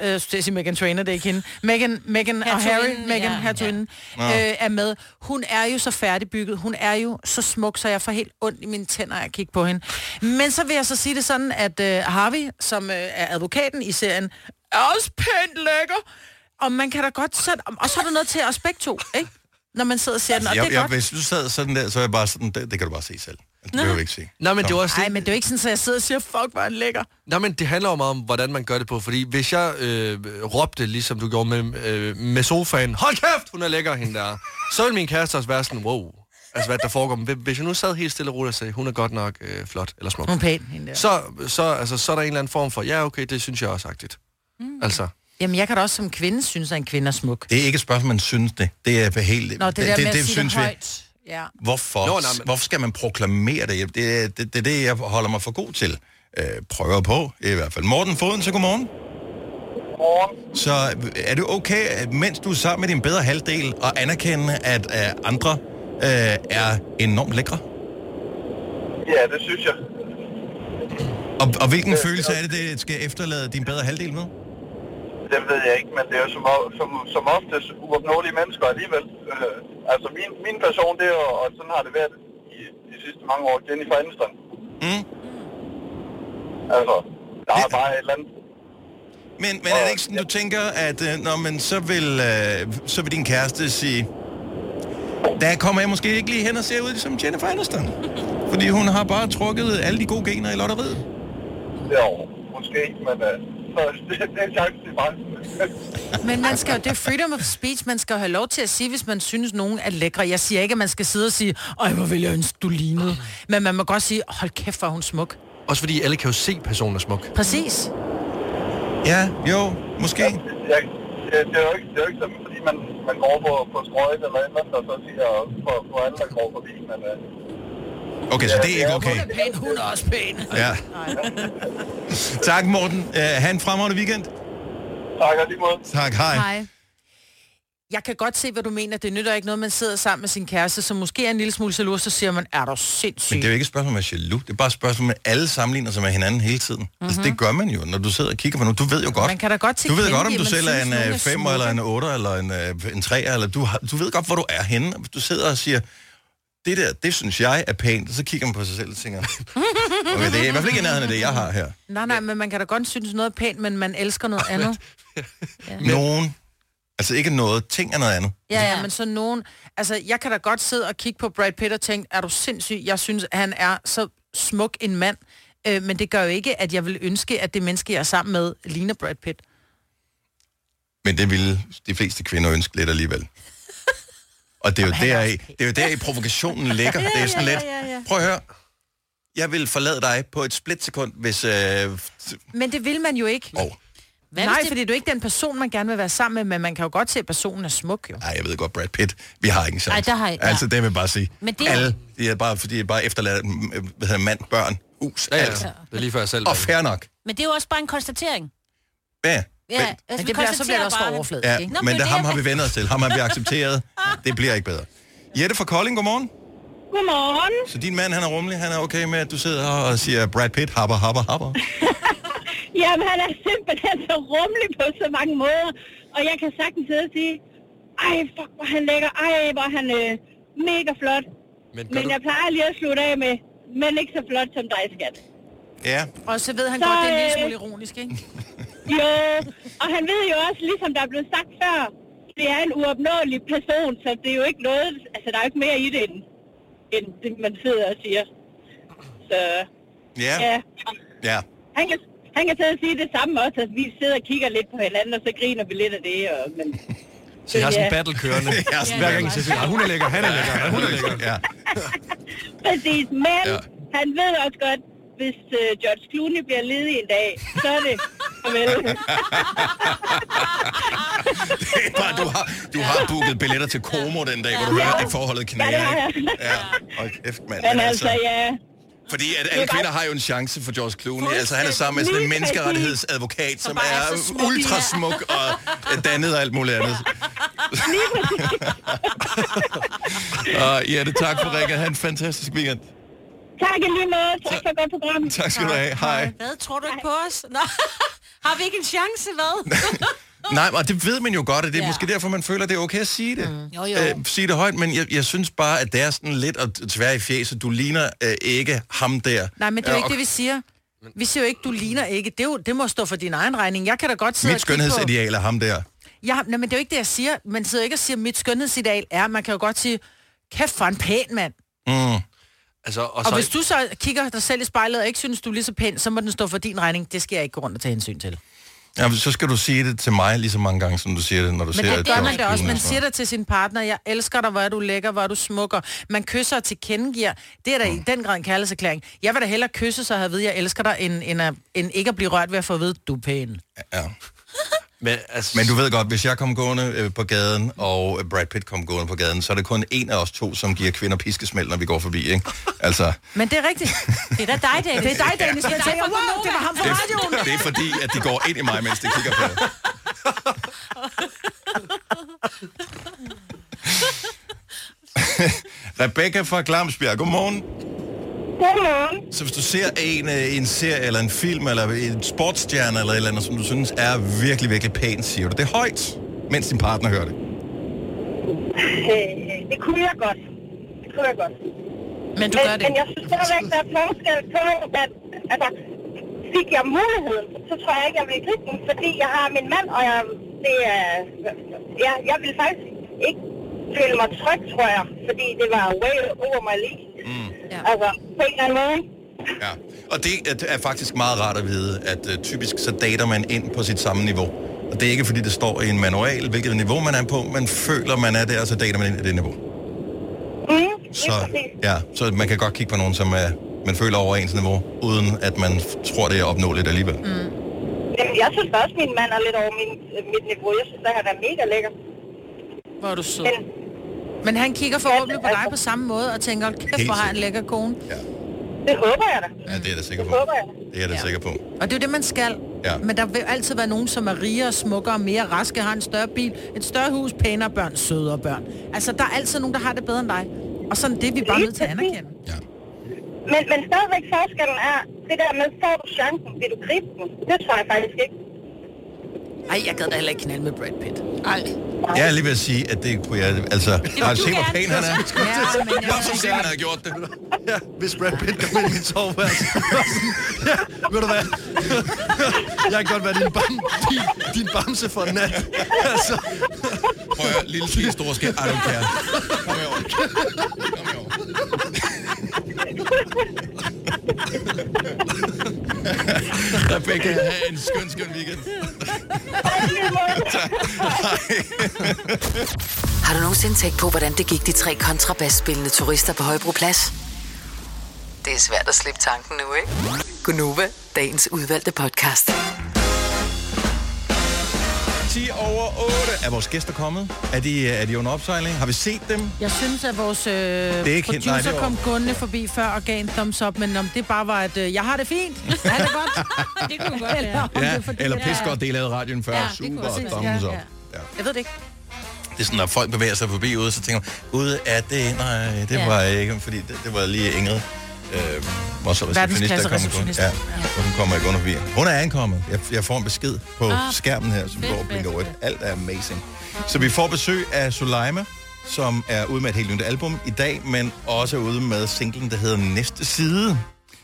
Speaker 4: øh, skulle jeg sige Megan Trainer, det er ikke hende. Megan, Megan og Harry,
Speaker 2: Hertuginden,
Speaker 4: Megan
Speaker 2: ja.
Speaker 4: ja, Hertuginden,
Speaker 2: Nå.
Speaker 4: ja. Øh, er med. Hun er jo så færdigbygget, hun er jo så smuk, så jeg får helt ondt i mine tænder af at kigge på hende. Men så vil jeg så sige det sådan, at øh, Harvey, som øh, er advokaten i serien, er også pænt lækker. Og man kan da godt sætte... Og så er der noget til os begge to, ikke? når man sidder og ser den. Og
Speaker 1: jeg,
Speaker 4: det
Speaker 1: Altså,
Speaker 4: er
Speaker 1: jeg,
Speaker 4: godt.
Speaker 1: hvis du sad sådan der, så er jeg bare sådan, det, det kan du bare se selv. Altså, Det behøver vi ikke se.
Speaker 3: Nej, men det var også
Speaker 4: Nej, men det er jo ikke sådan, at jeg sidder og siger, fuck, hvor er den lækker.
Speaker 3: Nej, men det handler jo meget om, hvordan man gør det på. Fordi hvis jeg øh, råbte, ligesom du gjorde med, øh, med sofaen, hold kæft, hun er lækker, hende der, så ville min kæreste også være sådan, wow. Altså, hvad der foregår. Men hvis jeg nu sad helt stille og roligt og sagde, hun er godt nok øh, flot eller smuk.
Speaker 4: Hun er pæn, hende der.
Speaker 3: Så, så, altså, så er der en eller anden form for, ja, okay, det synes jeg også agtigt. Mm. Altså.
Speaker 4: Jamen, jeg kan da også som kvinde synes, at en kvinde er smuk.
Speaker 1: Det er ikke et spørgsmål, man synes det. Det er helt...
Speaker 4: Nå, det, det der med det, at sige det
Speaker 1: synes vi-
Speaker 4: højt. Ja.
Speaker 1: Hvorfor,
Speaker 4: Nå,
Speaker 1: Nå,
Speaker 4: nej,
Speaker 1: nej, men... hvorfor skal man proklamere det? Det er det, det, er det jeg holder mig for god til. Øh, prøver på, i hvert fald. Morten Foden, så godmorgen. Godmorgen. Så er det okay, at mens du er sammen med din bedre halvdel, at anerkende, at øh, andre øh, er enormt lækre?
Speaker 16: Ja, det synes jeg.
Speaker 1: Og, og hvilken følelse er det, det skal efterlade din bedre halvdel med?
Speaker 16: Det ved jeg ikke, men det er jo som, o- som, som oftest uopnåelige mennesker alligevel. Øh, altså min, min person, det er jo, og sådan har det været i de sidste mange år, Jennifer Aniston.
Speaker 1: Mm.
Speaker 16: Altså, der er bare et eller andet.
Speaker 1: Men, men er det ikke sådan, du tænker, at øh, når man så vil, øh, så vil din kæreste sige, der kommer jeg måske ikke lige hen og ser ud som Jennifer Aniston? Fordi hun har bare trukket alle de gode gener i lotteriet.
Speaker 16: Jo, måske ikke, men øh, så det, det er en chance til bare.
Speaker 4: Men man skal jo, det er freedom of speech, man skal jo have lov til at sige, hvis man synes, nogen er lækre. Jeg siger ikke, at man skal sidde og sige, ej, hvor vil jeg ønske, du lignede. Men man må godt sige, hold kæft, hvor er hun smuk.
Speaker 3: Også fordi alle kan jo se personen er smuk.
Speaker 4: Præcis.
Speaker 1: Ja, jo, måske.
Speaker 16: Jeg, det, det, er jo ikke, det er jo ikke sådan, fordi man, man går på, på strøget eller et eller andet, og så siger på, på alle, der går forbi, men... Øh,
Speaker 1: Okay, så det er ikke okay.
Speaker 4: Hun er pæn, hun er også pæn.
Speaker 1: Ja. tak, Morten. Uh, ha' en fremragende weekend.
Speaker 16: Tak, og lige måde.
Speaker 1: Tak, hej.
Speaker 4: Hej. Jeg kan godt se, hvad du mener. Det nytter ikke noget, man sidder sammen med sin kæreste, som måske er en lille smule salur, så siger man, er du sindssyg?
Speaker 1: Men det er jo ikke et spørgsmål om at være jaloux. Det er bare et spørgsmål om, at alle sammenligner sig med hinanden hele tiden. Mm-hmm. Altså, det gør man jo, når du sidder og kigger på nogen. Du ved jo godt.
Speaker 4: Man kan da godt
Speaker 1: du ved
Speaker 4: tilkendegive,
Speaker 1: godt, om du
Speaker 4: man
Speaker 1: selv er
Speaker 4: synes,
Speaker 1: en
Speaker 4: nogen er
Speaker 1: 5
Speaker 4: smukke.
Speaker 1: eller en 8 eller en, øh, en 3, eller du, har, du ved godt, hvor du er henne. Og Hvis Du sidder og siger, det der, det synes jeg er pænt, og så kigger man på sig selv og tænker, okay, det er i hvert fald ikke i nærheden af det, jeg har her.
Speaker 4: Nej, nej, men man kan da godt synes noget er pænt, men man elsker noget andet.
Speaker 1: Nogen, altså ikke noget, ting er noget andet.
Speaker 4: Ja, ja, men så nogen... Altså, jeg kan da godt sidde og kigge på Brad Pitt og tænke, er du sindssyg? Jeg synes, at han er så smuk en mand. Øh, men det gør jo ikke, at jeg vil ønske, at det menneske, jeg er sammen med, ligner Brad Pitt.
Speaker 1: Men det ville de fleste kvinder ønske lidt alligevel. Og det er jo der i, det er jo der i provokationen ligger. Det er sådan lidt, prøv at høre, jeg vil forlade dig på et splitsekund, hvis... Øh,
Speaker 4: Men det vil man jo ikke.
Speaker 1: Oh.
Speaker 4: Hvad Nej, det... fordi du er ikke den person, man gerne vil være sammen med, men man kan jo godt se, at personen er smuk, jo.
Speaker 1: nej, jeg ved godt, Brad Pitt, vi har ingen chance.
Speaker 4: Ej, der har I- ja.
Speaker 1: Altså, det vil jeg bare sige.
Speaker 4: Men
Speaker 1: Men
Speaker 4: det
Speaker 1: det
Speaker 4: er-
Speaker 1: Alle, de er bare, fordi de er bare efterladt, mm, øh, hvad hedder det, mand, børn, hus,
Speaker 3: Ja, ja.
Speaker 1: alt.
Speaker 3: Det er lige før jeg selv.
Speaker 1: Og fair nok.
Speaker 2: Men det er jo også bare en konstatering.
Speaker 1: Ja,
Speaker 2: Ja, altså, vi
Speaker 4: det bliver- så
Speaker 2: konstaterer
Speaker 4: bliver det også for
Speaker 2: bare-
Speaker 4: overfladisk,
Speaker 1: ja
Speaker 2: Nå,
Speaker 1: men, men
Speaker 2: er
Speaker 1: det, ham
Speaker 2: jeg-
Speaker 1: har vi vendt os til. Ham har vi accepteret. Det bliver ikke bedre. Jette fra Kolding, godmorgen.
Speaker 17: Godmorgen.
Speaker 1: Så din mand, han er rummelig, han er okay med, at du sidder her og siger, Brad Pitt, happer, happer, happer.
Speaker 17: Jamen, han er simpelthen så rummelig på så mange måder. Og jeg kan sagtens sidde og sige, ej, fuck, hvor han lækker. Ej, hvor er han øh, mega flot.
Speaker 3: Men,
Speaker 17: Men jeg plejer lige at slutte af med, men ikke så flot som dig, skat.
Speaker 1: Ja.
Speaker 4: Og så ved han
Speaker 17: Så,
Speaker 4: godt, det er en lille
Speaker 17: øh,
Speaker 4: smule ironisk, ikke?
Speaker 17: Jo, og han ved jo også, ligesom der er blevet sagt før, det er en uopnåelig person, så det er jo ikke noget, altså der er jo ikke mere i det, end, end det, man sidder og siger. Så
Speaker 1: Ja,
Speaker 17: ja,
Speaker 1: ja.
Speaker 17: han kan, han kan sidde og sige det samme også, at vi sidder og kigger lidt på hinanden, og så griner vi lidt af det, og, men...
Speaker 3: Så jeg har sådan en
Speaker 17: ja,
Speaker 3: battle kørende.
Speaker 1: Jeg har sådan en
Speaker 3: Hver gang
Speaker 1: battle.
Speaker 3: jeg siger, "Ej, hun er lækker, han er lækker, ej, hun er lækker.
Speaker 1: Ja.
Speaker 17: Præcis, men
Speaker 1: Ja.
Speaker 17: ja. han ved også godt, hvis
Speaker 18: øh,
Speaker 17: uh, George Clooney bliver ledig en dag, så er det... Farvel.
Speaker 1: Det er bare, du har, du har booket billetter til Como den dag, hvor du
Speaker 17: Ja.
Speaker 1: hører, at forholdet
Speaker 17: Ja, det
Speaker 1: knager.
Speaker 17: har
Speaker 1: Ja,
Speaker 17: jeg.
Speaker 1: ja. Hold kæft, mand.
Speaker 17: Men altså, ja...
Speaker 1: Fordi at
Speaker 17: Det er
Speaker 1: alle
Speaker 17: bare-
Speaker 1: kvinder har jo en chance for George Clooney. Altså, han er sammen med sådan en
Speaker 17: Lige præcis.
Speaker 1: menneskerettighedsadvokat, som
Speaker 17: bare er
Speaker 1: er
Speaker 17: så smuk,
Speaker 1: ultra
Speaker 17: ja.
Speaker 1: smuk og øh, dannet og alt muligt andet.
Speaker 17: Lige præcis.
Speaker 1: Og Jette, tak for ringet. Ha' en fantastisk weekend.
Speaker 17: Tak i lige måde. Tak for et godt program.
Speaker 1: Tak skal du have. Hej.
Speaker 2: Hvad tror du ikke på os? Nå, har vi ikke en chance, hvad?
Speaker 1: Nej, og det ved man jo godt, og det er ja. måske derfor, man føler, det er okay at sige det. Mm.
Speaker 2: Jo, jo.
Speaker 1: sige det højt, men jeg, jeg synes bare, at det er sådan lidt at tvære i fjeset. Du ligner øh, ikke ham der.
Speaker 4: Nej, men det er
Speaker 1: Øh,
Speaker 4: jo ikke
Speaker 1: og
Speaker 4: det, vi siger. Vi siger jo ikke, du ligner ikke. Det, er jo, det må stå for din egen regning. Jeg kan da godt sidde
Speaker 1: Mit
Speaker 4: og kigge på...
Speaker 1: skønhedsideal er ham der.
Speaker 4: Jeg, har- nej, men det er jo ikke det, jeg siger. Man sidder jo ikke og siger, at mit skønhedsideal er, man kan jo godt sige, kæft for en pæn mand.
Speaker 1: Mm.
Speaker 3: Altså, og,
Speaker 4: Og,
Speaker 3: så,
Speaker 4: og hvis du så kigger dig selv i spejlet og ikke synes, du er lige så pæn, så må den stå for din regning. Det skal jeg ikke gå rundt og tage hensyn til.
Speaker 1: Ja, men så skal du sige det til mig lige så mange gange, som du siger det, når du
Speaker 4: Men
Speaker 1: ser
Speaker 4: det gør
Speaker 1: George
Speaker 4: man da også.
Speaker 1: Clooney
Speaker 4: Man
Speaker 1: og sådan
Speaker 4: siger det til sin partner, jeg elsker dig, hvor er du lækker, hvor er du smukker. Man kysser og tilkendegiver. Det er da i den grad en kærlighedserklæring. Jeg vil da hellere kysse, så have at vide, jeg elsker dig, end, end, at, end ikke at blive rørt ved at få at vide, du er pæn.
Speaker 3: Men, altså...
Speaker 1: Men du ved godt, hvis jeg kom gående øh, på gaden, og øh, Brad Pitt kom gående på gaden, så er det kun en af os to, som giver kvinder piskesmæld, når vi går forbi, ikke? Altså, det,
Speaker 4: Men det er rigtigt. det er da dig, Dennis. Det er dig, Dennis.
Speaker 2: Det er
Speaker 4: Jeg
Speaker 2: dig
Speaker 4: tænker,
Speaker 2: fra
Speaker 4: wow, det var ham fra radioen.
Speaker 1: det er fordi, at de går ind i mig, mens de kigger på det. Rebecca fra Glamsbjerg, godmorgen.
Speaker 18: Godmorgen.
Speaker 1: Så hvis du ser en øh, i en serie, eller en film, eller en sportsstjerne, eller et eller andet, som du synes er virkelig, virkelig pænt, siger du det højt, mens din partner hører det.
Speaker 18: Øh, det kunne jeg godt. Det kunne jeg godt.
Speaker 4: Men du
Speaker 18: men,
Speaker 4: gør det
Speaker 18: Men jeg synes stadigvæk, der er forskel på, at altså, fik jeg muligheden, så tror jeg ikke, jeg ville gribe den, fordi jeg har min mand, og jeg, det er, jeg, jeg vil faktisk ikke føle mig tryg, tror jeg, fordi det var way over my league. Mm. Altså, på en eller anden måde.
Speaker 1: Ja, og det er- er faktisk meget rart at vide, at uh, typisk så dater man ind på sit samme niveau. Og det er ikke, fordi det står i en manual, hvilket niveau man er på, man føler, man er der, og så dater man ind i det niveau.
Speaker 18: Mm,
Speaker 1: Så, ja, så man kan godt kigge på nogen, som er, man føler over ens niveau, uden at man f- tror, det er opnåeligt alligevel.
Speaker 18: Mm. Jamen, jeg synes også, min mand er lidt over min, øh, mit niveau. Jeg synes, at han er mega lækker.
Speaker 4: Hvor er du sød. Men altså- han kigger forhåbentlig på dig på samme måde og tænker, kæft, hvor har han en lækker kone.
Speaker 18: Det håber jeg da.
Speaker 1: Ja, det er jeg da sikker på.
Speaker 4: håber jeg.
Speaker 1: Det er jeg da sikker på.
Speaker 4: Og det er jo det, man skal.
Speaker 1: Ja.
Speaker 4: Men der vil altid være nogen, som er rigere, smukkere, mere raske, har en større bil, et større hus, pænere børn, sødere børn. Altså, der er altid nogen, der har det bedre end dig. Og sådan det er vi bare nødt til at anerkende.
Speaker 18: Men, men stadigvæk forskellen er, det der med, får du chancen, vil du gribe den? Det tror jeg faktisk ikke.
Speaker 4: Ej, jeg gad da heller ikke knalde med Brad Pitt. Ej.
Speaker 1: Jeg er lige ved at sige, at det kunne jeg... Altså, har du set, hvor pæn han er?
Speaker 4: Ja, men jeg...
Speaker 1: Bare så selv, han havde gjort det.
Speaker 3: Ja, hvis Brad Pitt kom ind i mit soveværelse. ja, ved du hvad? jeg kan godt være din, bam, din, din bamse for en nat. Altså.
Speaker 1: Prøv at høre, lille pige, store skæld. I don't care. Rebecca, have en skøn, skøn weekend.
Speaker 5: Har du nogensinde tænkt på, hvordan det gik de tre kontrabasspillende turister på Højbroplads? Det er svært at slippe tanken nu, ikke? Gunova, dagens udvalgte podcast.
Speaker 1: 10 over 8. Er vores gæster kommet? Er de, er de under opsejling? Har vi set dem?
Speaker 4: Jeg synes, at vores øh, det
Speaker 1: er ikke helt- nej, det
Speaker 4: producer
Speaker 1: er
Speaker 4: kom
Speaker 1: over.
Speaker 4: gående forbi før og gav en thumbs up, men om det bare var, at øh, jeg har det fint. Ja, det er godt. det kunne godt Eller, om det
Speaker 1: Ja,
Speaker 4: er fordi,
Speaker 1: eller
Speaker 4: at-
Speaker 1: pis godt, det lavede radioen før.
Speaker 4: Ja,
Speaker 1: Ja,
Speaker 4: det kunne
Speaker 1: Super,
Speaker 4: jeg se.
Speaker 1: thumbs up.
Speaker 4: Ja,
Speaker 1: Ja.
Speaker 4: Jeg ved det ikke.
Speaker 1: Det er sådan, når folk bevæger sig forbi ude, så tænker man, ude er det, nej, det
Speaker 4: Ja.
Speaker 1: var ikke, fordi det, det var lige Ingrid. Øh, var så receptionist,
Speaker 4: Verdensklasse
Speaker 1: der kom kun.
Speaker 4: receptionist.
Speaker 1: Ja, så hun kommer ikke under forbi. Hun er ankommet. Jeg, jeg får en besked på
Speaker 19: Ah,
Speaker 1: ah, skærmen her, som
Speaker 19: fedt,
Speaker 1: går og blinker
Speaker 19: fedt,
Speaker 1: rødt. Alt er amazing. Så vi får besøg af Suleima, som er ude med et helt nyt album i dag, men også er ude med singlen, der hedder Næste Side,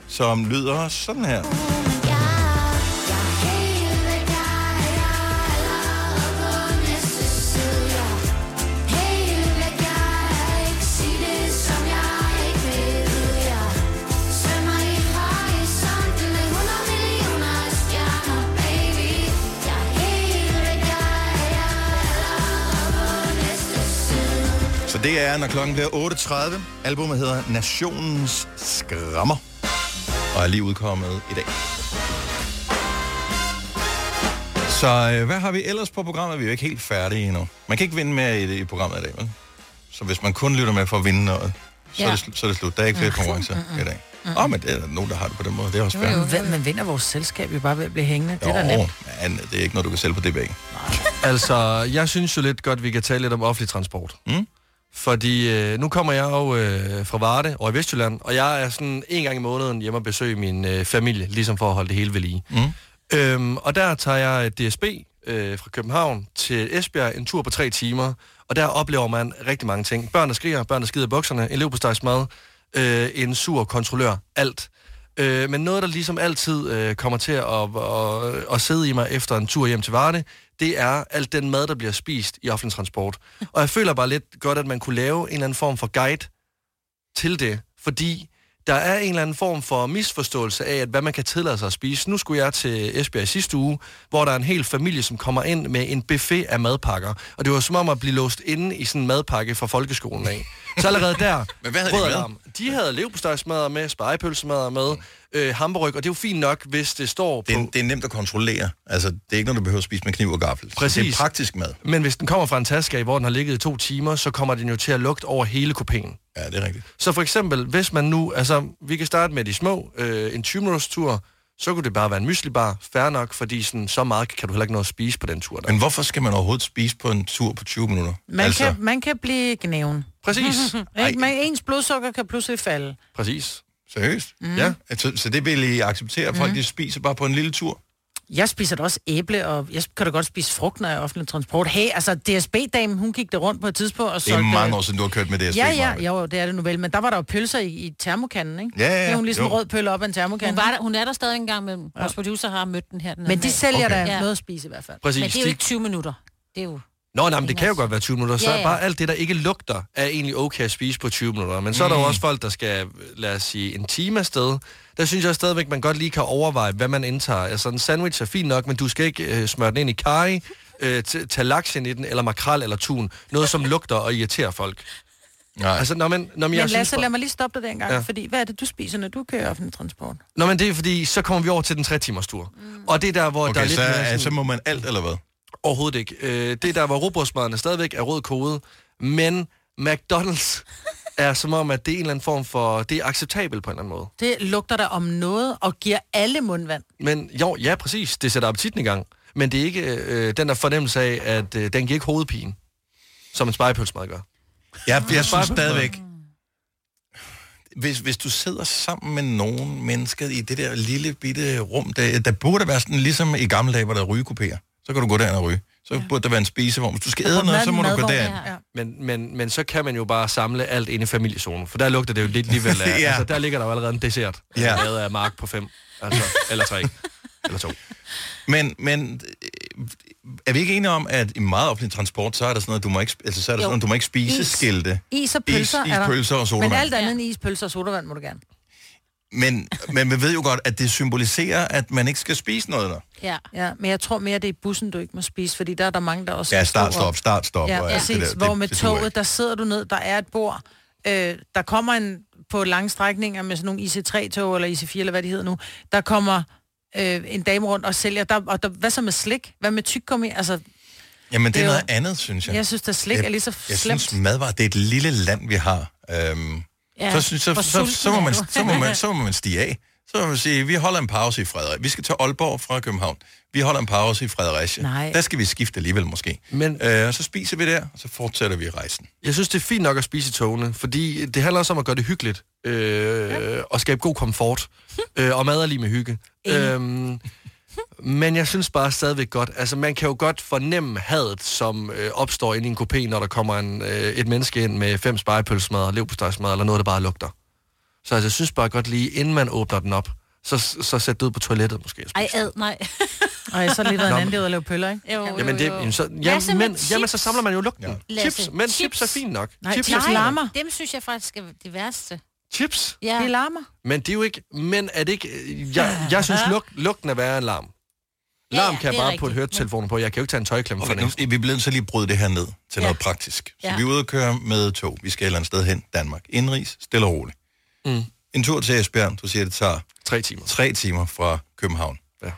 Speaker 1: som lyder sådan her. Så det er, når klokken bliver 8.30. Albumet hedder Nationens Skrammer, og er lige udkommet i dag. Så øh, hvad har vi ellers på programmet? Vi er jo ikke helt færdige endnu. Man kan ikke vinde mere i, det, i programmet i dag, vel? Så hvis man kun lytter med for at vinde noget, så, ja. er,
Speaker 4: Ja.
Speaker 1: det, slu- så er det slut. Der er ikke flere konkurrencer i dag. Åh, oh, men det er der nogen, der har det på den måde. Det er også
Speaker 4: Jo, jo,
Speaker 1: fair.
Speaker 4: jo. Hvem man vinder vores selskab, jo bare ved at blive hængende. Det er da nemt.
Speaker 1: Jo, men det er ikke noget, du kan sælge på DBA.
Speaker 3: Altså, jeg synes jo lidt godt, vi kan tale lidt om offentlig transport.
Speaker 1: Mm.
Speaker 3: Fordi øh, nu kommer jeg jo øh, fra Varde og i Vestjylland, og jeg er sådan en gang i måneden hjemme og besøge min øh, familie, ligesom for at holde det hele ved lige.
Speaker 1: Mm.
Speaker 3: Øhm, og der tager jeg DSB øh, fra København til Esbjerg en tur på tre timer, og der oplever man rigtig mange ting. Børn, der skriger, børn, der skider i bukserne, en leverpostejsmad, øh, en sur kontrollør, alt. Øh, men noget, der ligesom altid øh, kommer til at, at, at, at sidde i mig efter en tur hjem til Varde, det er alt den mad, der bliver spist i offentlig transport. Og jeg føler bare lidt godt, at man kunne lave en eller anden form for guide til det, fordi der er en eller anden form for misforståelse af, at hvad man kan tillade sig at spise. Nu skulle jeg til Esbjerg i sidste uge, hvor der er en hel familie, som kommer ind med en buffet af madpakker. Og det var som om at blive låst inde i sådan en madpakke fra folkeskolen af. Så allerede der...
Speaker 1: Men hvad havde de
Speaker 3: brød jeg
Speaker 1: med?
Speaker 3: larm. De havde leverpostejsmadder med, spejepølsemadder med, øh, hamburg, og det er jo fint nok, hvis det står på...
Speaker 1: Det er, det er nemt at kontrollere. Altså, det er ikke noget, du behøver at spise med kniv og gaffel. Så Det er
Speaker 3: Præcis.
Speaker 1: praktisk mad.
Speaker 3: Men hvis den kommer fra en taske, af, hvor den har ligget i to timer, så kommer den jo til at lugte over hele kupéen.
Speaker 1: Ja, det er rigtigt.
Speaker 3: Så for eksempel, hvis man nu, altså vi kan starte med de små, øh, en 20 minutters tur, så kunne det bare være en myslibar, fair nok, fordi sådan, så meget kan du heller ikke nå at spise på den tur. Der.
Speaker 1: Men hvorfor skal man overhovedet spise på en tur på 20 minutter?
Speaker 4: Man, altså... kan, man kan blive gnæven.
Speaker 1: Præcis. Ej.
Speaker 4: Ikke? Men ens blodsukker kan pludselig falde.
Speaker 3: Præcis.
Speaker 1: Seriøst?
Speaker 4: Mm.
Speaker 1: Ja. Så, så det vil I acceptere, at folk de spiser bare på en lille tur?
Speaker 4: Jeg spiser da også æble, og jeg kan da godt spise frugt, når jeg er i offentlig transport. Hey, altså DSB-damen, hun gik der rundt på et tidspunkt og
Speaker 1: Det er
Speaker 4: solgte...
Speaker 1: mange år siden, du har kørt med det.
Speaker 4: Ja, ja, jo, jo, det er det nu vel, men der var der jo pølser i, i termokanden, ikke?
Speaker 1: Ja, ja,
Speaker 4: Det er hun ligesom
Speaker 1: jo.
Speaker 4: jo. rød pølle op af en termokande.
Speaker 2: Hun, var der, hun er der stadig engang, men vores producer har mødt den her. Den
Speaker 4: Men de sælger
Speaker 3: Okay.
Speaker 4: okay.
Speaker 3: da
Speaker 4: da noget at spise i hvert fald.
Speaker 3: Præcis,
Speaker 2: Men det er jo
Speaker 3: de-
Speaker 2: ikke 20 minutter. Det er jo...
Speaker 3: Nå, nej, men det kan jo godt være 20 minutter, så
Speaker 2: Ja, ja.
Speaker 3: bare alt det, der ikke lugter, er egentlig okay at spise på 20 minutter. Men så er der jo
Speaker 1: Mm.
Speaker 3: også folk, der skal, lad os sige, en time afsted. Der synes jeg stadigvæk, man godt lige kan overveje, hvad man indtager. Altså en sandwich er fint nok, men du skal ikke øh, smøre den ind i kaj, øh, t- tage laksen i den, eller makrel eller tun. Noget, som lugter og irriterer folk.
Speaker 1: Nej.
Speaker 3: Altså, når man, når man,
Speaker 4: Men
Speaker 3: jeg
Speaker 4: Lasse,
Speaker 3: synes, bare-
Speaker 4: lad mig lige stoppe dig dengang,
Speaker 3: Ja.
Speaker 4: ja. fordi hvad er det, du spiser, når du kører offentlig transport?
Speaker 3: Nå, men det er fordi, så kommer vi over til den 3-timers tur. Mm. Og det er der, hvor
Speaker 1: Okay,
Speaker 3: der er lidt
Speaker 1: så,
Speaker 3: mere
Speaker 1: er- så må man alt, eller hvad?
Speaker 3: Overhovedet ikke. Øh, det er der, hvor robotsmaderne stadigvæk er rød kode, men McDonald's er som om, at det er en eller anden form for... Det er acceptabelt på en eller anden måde.
Speaker 4: Det lugter der om noget og giver alle mundvand.
Speaker 3: Men jo, ja, præcis. Det sætter appetitten i gang. Men det er ikke øh, den der fornemmelse af, at øh, den giver ikke hovedpine, som en spejepølsemad gør.
Speaker 1: Jeg, jeg synes stadigvæk, hvis, hvis du sidder sammen med nogen mennesker i det der lille bitte rum, der, der burde være sådan ligesom i gamle dage, hvor der er rygekupéer. Så kan du gå derhen og ryge. Så ja. burde der være en spisevogn. Hvis du skal æde noget, så må du gå derhen.
Speaker 4: Ja.
Speaker 3: Men, men, men så kan man jo bare samle alt inde i familiezonen, for der lugter det jo lidt alligevel af.
Speaker 1: Ja.
Speaker 3: ja. altså, der ligger der jo allerede en dessert,
Speaker 1: Ja.
Speaker 3: ja. lavet af mark på fem, altså, eller tre, eller to.
Speaker 1: Men, men øh, er vi ikke enige om, at i meget offentlig transport, så er der sådan noget, du må ikke, sp- altså, så er der
Speaker 4: Jo.
Speaker 1: sådan noget, du må ikke spise
Speaker 4: Is.
Speaker 1: skilte.
Speaker 4: Is og pølser
Speaker 1: is,
Speaker 4: er der.
Speaker 1: pølser og sodavand.
Speaker 4: Men alt andet end is, pølser og sodavand må du gerne.
Speaker 1: Men, men man ved jo godt, at det symboliserer, at man ikke skal spise noget der.
Speaker 4: Ja. ja. men jeg tror mere, det er i bussen, du ikke må spise, fordi der er der mange, der også...
Speaker 1: Ja, start,
Speaker 4: skriver-
Speaker 1: stop, start, stop.
Speaker 4: Ja,
Speaker 1: og alt det
Speaker 4: præcis.
Speaker 1: der.
Speaker 4: Det, hvor med
Speaker 1: det duer ikke.
Speaker 4: toget, der sidder du ned, der er et bord, øh, der kommer en på lange strækninger med sådan nogle IC3-tog, eller IC4, eller hvad de hedder nu, der kommer øh, en dame rundt og sælger, der, og der, hvad så med slik? Hvad med tykgummi? Altså,
Speaker 1: Jamen, det er
Speaker 4: Det er
Speaker 1: noget andet, synes jeg.
Speaker 4: Jeg synes, at slik er lige så
Speaker 1: Jeg
Speaker 4: slemt.
Speaker 1: synes, madvarer, det er et lille land, vi har. Øhm, ja,
Speaker 4: Ja,
Speaker 1: så, synes, så,
Speaker 4: hvor
Speaker 1: så, så, så,
Speaker 4: sulten
Speaker 1: må man,
Speaker 4: er du.
Speaker 1: så, må man, så må man stige af. Så må man sige, vi holder en pause i Frederik. Vi skal til Aalborg fra København. Vi holder en pause i Fredericia.
Speaker 3: Nej.
Speaker 1: Der skal vi skifte alligevel måske.
Speaker 3: Men...
Speaker 1: Øh, og så spiser vi der, og så fortsætter vi rejsen.
Speaker 3: Jeg synes, det er fint nok at spise i togene, fordi det handler også om at gøre det hyggeligt. Øh, ja. Og skabe god komfort. øh, og mad er lige med hygge. Øhm, men jeg synes bare stadigvæk godt, altså man kan jo godt fornemme hadet, som øh, opstår inde i en kopé, når der kommer en, øh, et menneske ind med fem spejepølsemad, levpostejsmad eller noget, der bare lugter. Så altså, jeg synes bare godt lige, inden man åbner den op, så, så sæt det ud på toilettet måske.
Speaker 2: Ej, ad, nej.
Speaker 4: og jeg så lige været
Speaker 3: Nå,
Speaker 4: en
Speaker 3: men-
Speaker 4: anden, det er ude at lave pøller, ikke?
Speaker 2: Jo, jo,
Speaker 3: Jamen, det,
Speaker 2: jo.
Speaker 3: jamen, så,
Speaker 2: Lasse,
Speaker 3: jamen,
Speaker 2: men
Speaker 3: men, jamen, så samler man jo lugten. Ja.
Speaker 2: Lasse,
Speaker 3: Chips, men chips. chips er fint nok.
Speaker 2: Nej,
Speaker 3: chips
Speaker 2: chips
Speaker 3: er fint nok.
Speaker 2: larmer. Dem synes jeg faktisk er det værste.
Speaker 3: Chips?
Speaker 2: Ja.
Speaker 4: De larmer.
Speaker 3: Men det er jo ikke... Men er det ikke... øh, Jeg, jeg synes, luk, lugten er værre end larm.
Speaker 1: Ja, ja,
Speaker 3: Larm kan
Speaker 1: det
Speaker 3: jeg
Speaker 1: er
Speaker 3: bare
Speaker 1: rigtigt,
Speaker 3: putte høretelefoner på. Jeg kan jo ikke tage en tøjklemme for
Speaker 1: Okay,
Speaker 3: det.
Speaker 1: nu, vi bliver nødt til lige at bryde det her ned til ja. noget praktisk. Så ja.
Speaker 3: Ja.
Speaker 1: vi er ude og køre med tog. Vi skal et eller andet sted hen. Danmark. Indrigs, stille og roligt. Mm. En tur til Esbjerg, du siger, det tager...
Speaker 3: Tre timer.
Speaker 1: Tre timer fra København.
Speaker 3: Ja.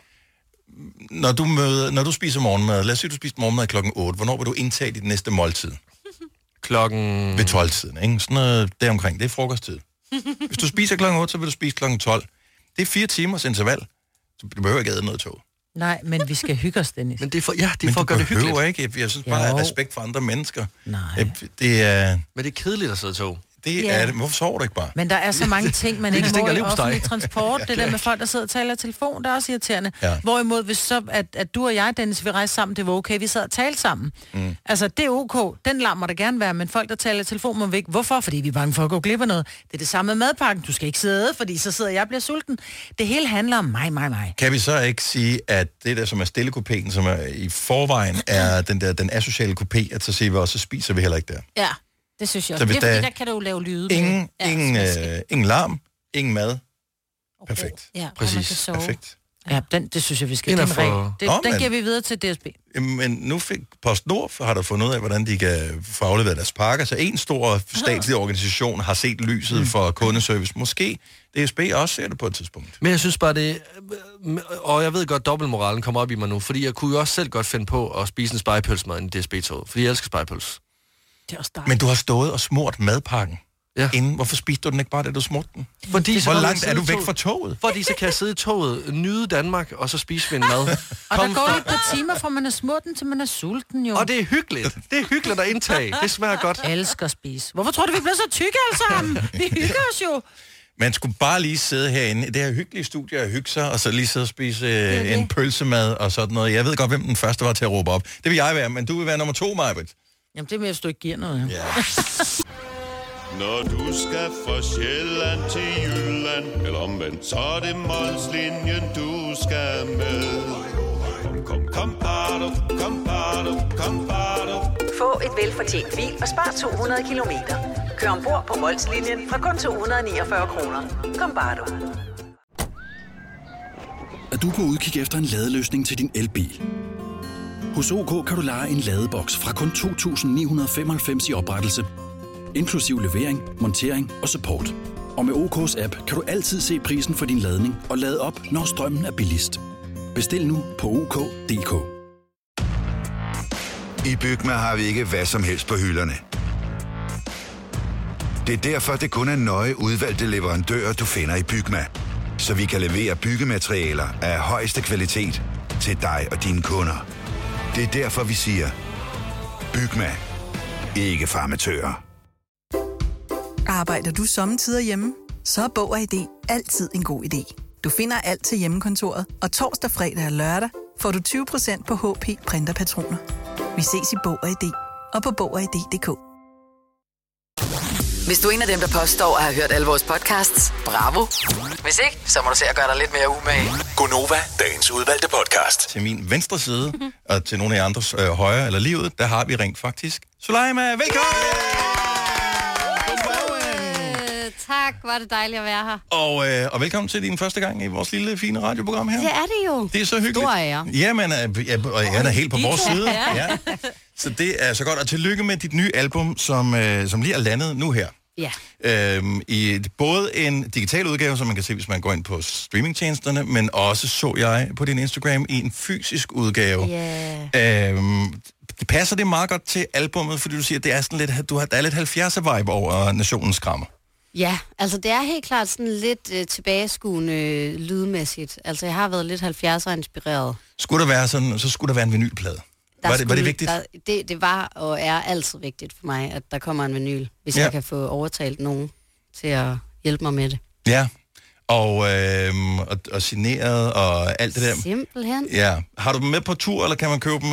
Speaker 1: Når du, møder, når du spiser morgenmad, lad os sige, du spiser morgenmad klokken 8, hvornår vil du indtage dit næste måltid?
Speaker 3: Mm. Klokken...
Speaker 1: Ved 12-tiden, ikke? Sådan noget deromkring. Det er frokosttid. Hvis du spiser klokken 8, så vil du spise klokken 12. Det er fire timers interval. Så du behøver ikke æde noget tog.
Speaker 4: Nej, men vi skal hygge os, Dennis.
Speaker 3: Men det er for, ja,
Speaker 1: Men du behøver ikke. Jeg synes bare, at
Speaker 4: Jo.
Speaker 1: respekt for andre mennesker.
Speaker 4: Nej.
Speaker 1: Øh, Det er...
Speaker 3: Men det er kedeligt at sidde i tog.
Speaker 1: Det
Speaker 4: Ja.
Speaker 1: er det. Hvorfor sover du ikke bare?
Speaker 4: Men der er så mange ting, man ikke
Speaker 1: Det
Speaker 4: må
Speaker 1: stinker
Speaker 4: i
Speaker 1: lige hos dig.
Speaker 4: offentlig transport. Det der med folk, der sidder og taler i telefon, det er også irriterende. Ja. Hvorimod, hvis så, at, at du og jeg, Dennis, vi rejste sammen, det var okay, vi sad og talte sammen. Mm. Altså, det er ok. Den larm må der gerne være, men folk, der taler i telefon, må vi ikke. Hvorfor? Fordi vi er bange for at gå glip af noget. Det er det samme med madpakken. Du skal ikke sidde og æde, fordi så sidder jeg og bliver sulten. Det hele handler om mig, mig, mig.
Speaker 1: Kan vi så ikke sige, at det der, som er stillekopéen, som er i forvejen er den der den asociale kopé, at så siger vi også, så spiser vi heller ikke der.
Speaker 2: Ja, det synes jeg
Speaker 1: Så
Speaker 2: også.
Speaker 1: hvis
Speaker 2: Det er fordi,
Speaker 1: der-
Speaker 2: der kan du jo lave lyde.
Speaker 1: Ingen,
Speaker 2: ja,
Speaker 1: ingen,
Speaker 2: så-
Speaker 1: øh, ingen larm, ingen mad. Perfekt.
Speaker 2: Ja, og man kan
Speaker 1: Præcis.
Speaker 2: sove.
Speaker 1: Perfekt.
Speaker 4: Ja, den, det synes jeg, vi skal.
Speaker 1: Inden
Speaker 4: Den,
Speaker 1: for-
Speaker 4: regel. det,
Speaker 1: Nå,
Speaker 4: den
Speaker 1: men-
Speaker 4: giver vi videre til DSB.
Speaker 1: Jamen, Men nu fik PostNord har der fundet ud af, hvordan de kan få afleveret deres pakker, så en stor statslig organisation har set
Speaker 2: Mm.
Speaker 1: lyset for kundeservice. Måske DSB også ser det på et tidspunkt.
Speaker 3: Men jeg synes bare, det... øh, Og jeg ved godt, dobbeltmoralen kommer op i mig nu, fordi jeg kunne jo også selv godt finde på at spise en spejepølsmad i en DSB-toget, fordi jeg elsker spejepøls.
Speaker 4: Det er også
Speaker 1: Men du har stået og smurt madpakken ja. inden. Hvorfor spiste du den ikke bare, da du smurte den?
Speaker 3: Fordi, så
Speaker 1: Hvor
Speaker 3: kan jeg
Speaker 1: langt
Speaker 3: sidde
Speaker 1: er du
Speaker 3: i
Speaker 1: væk fra toget?
Speaker 3: Fordi så kan jeg sidde i toget, nyde Danmark, og så spise min mad.
Speaker 4: Og
Speaker 3: Kom
Speaker 4: der går
Speaker 3: fra-
Speaker 4: lige et par timer, fra man er smurten, til man er sulten, jo.
Speaker 3: Og det er hyggeligt. Det er hyggeligt at indtage. Det smager godt.
Speaker 4: Jeg elsker at spise. Hvorfor tror du, vi blev så tykke alle sammen? Vi hygger os jo.
Speaker 1: Man skulle bare lige sidde herinde i det her hyggelige studie og hygge sig, og så lige sidde og spise øh,
Speaker 4: det.
Speaker 1: en pølsemad og sådan noget. Jeg ved godt, hvem den første var til at råbe op. Det vil jeg være, men du vil være nummer to, Majbet.
Speaker 4: Jamen, det er mere, hvis du ikke giver noget.
Speaker 1: Ja.
Speaker 14: Når du skal fra Sjælland til Jylland Eller omvendt, så er det Molslinjen, du skal med Kom, kom, kom, bado, kom, bado, kom, bado.
Speaker 5: Få et velfortjent bil og spar 200 kilometer. Kør ombord på Molslinjen fra kun 249 kroner. Kom bare du.
Speaker 6: Er du på udkig efter en ladeløsning til din elbil? Hos OK kan du lege en ladeboks fra kun 2.995 i oprettelse, inklusiv levering, montering og support. Og med OK's app kan du altid se prisen for din ladning og lade op, når strømmen er billigst. Bestil nu på OK.dk.
Speaker 15: I Bygma har vi ikke hvad som helst på hylderne. Det er derfor, det kun er nøje udvalgte leverandører, du finder i Bygma. Så vi kan levere byggematerialer af højeste kvalitet til dig og dine kunder. Det er derfor, vi siger, Bygma. Ikke farmatører.
Speaker 8: Arbejder du sommetider hjemme? Så er Bog og ID altid en god idé. Du finder alt til hjemmekontoret, og torsdag, fredag og lørdag får du 20% på HP Printerpatroner. Vi ses i Bog og ID og på Bog og ID.dk.
Speaker 5: Hvis du er en af dem, der påstår at have hørt alle vores podcasts, bravo. Hvis ikke, så må du se at gøre dig lidt mere umage.
Speaker 1: Gonova, dagens udvalgte podcast. Til min venstre side, og til nogle af jer andres øh, højre eller lige ud, der har vi rent faktisk Suleima. Velkommen!
Speaker 19: Øh, tak, var det dejligt at være her.
Speaker 1: Og, øh, og velkommen til din første gang i vores lille, fine radioprogram her.
Speaker 19: Det er det jo.
Speaker 1: Det er så hyggeligt.
Speaker 19: Stor ære.
Speaker 1: Jamen, øh, ja, og jeg er helt på vores
Speaker 19: Ja.
Speaker 1: side. Ja. Så det er så godt. Og tillykke med dit nye album, som, øh, som lige er landet nu her.
Speaker 19: Ja.
Speaker 1: Øhm, i et, både en digital udgave, som man kan se, hvis man går ind på streamingtjenesterne, men også så jeg på din Instagram i en fysisk udgave.
Speaker 19: Yeah.
Speaker 1: Øhm, det passer det meget godt til albummet, fordi du siger, det er sådan lidt, du har, der er lidt 70'er-vibe over Nationens Krammer.
Speaker 19: Ja, altså det er helt klart sådan lidt øh, tilbageskuende øh, lydmæssigt. Altså jeg har været lidt 70'er inspireret.
Speaker 1: Skulle der være sådan, så skulle der være en vinylplade.
Speaker 19: Der
Speaker 1: var, det, var det
Speaker 19: skulle-
Speaker 1: vigtigt?
Speaker 19: Der, det, det var og er altid vigtigt for mig, at der kommer en vinyl, hvis
Speaker 1: Ja.
Speaker 19: ja. jeg kan få overtalt nogen til at hjælpe mig med det.
Speaker 1: Ja. Og, øhm, og, og signeret og alt det der.
Speaker 19: Simpelthen.
Speaker 1: Ja. Har du dem med på tur, eller kan man købe dem øh,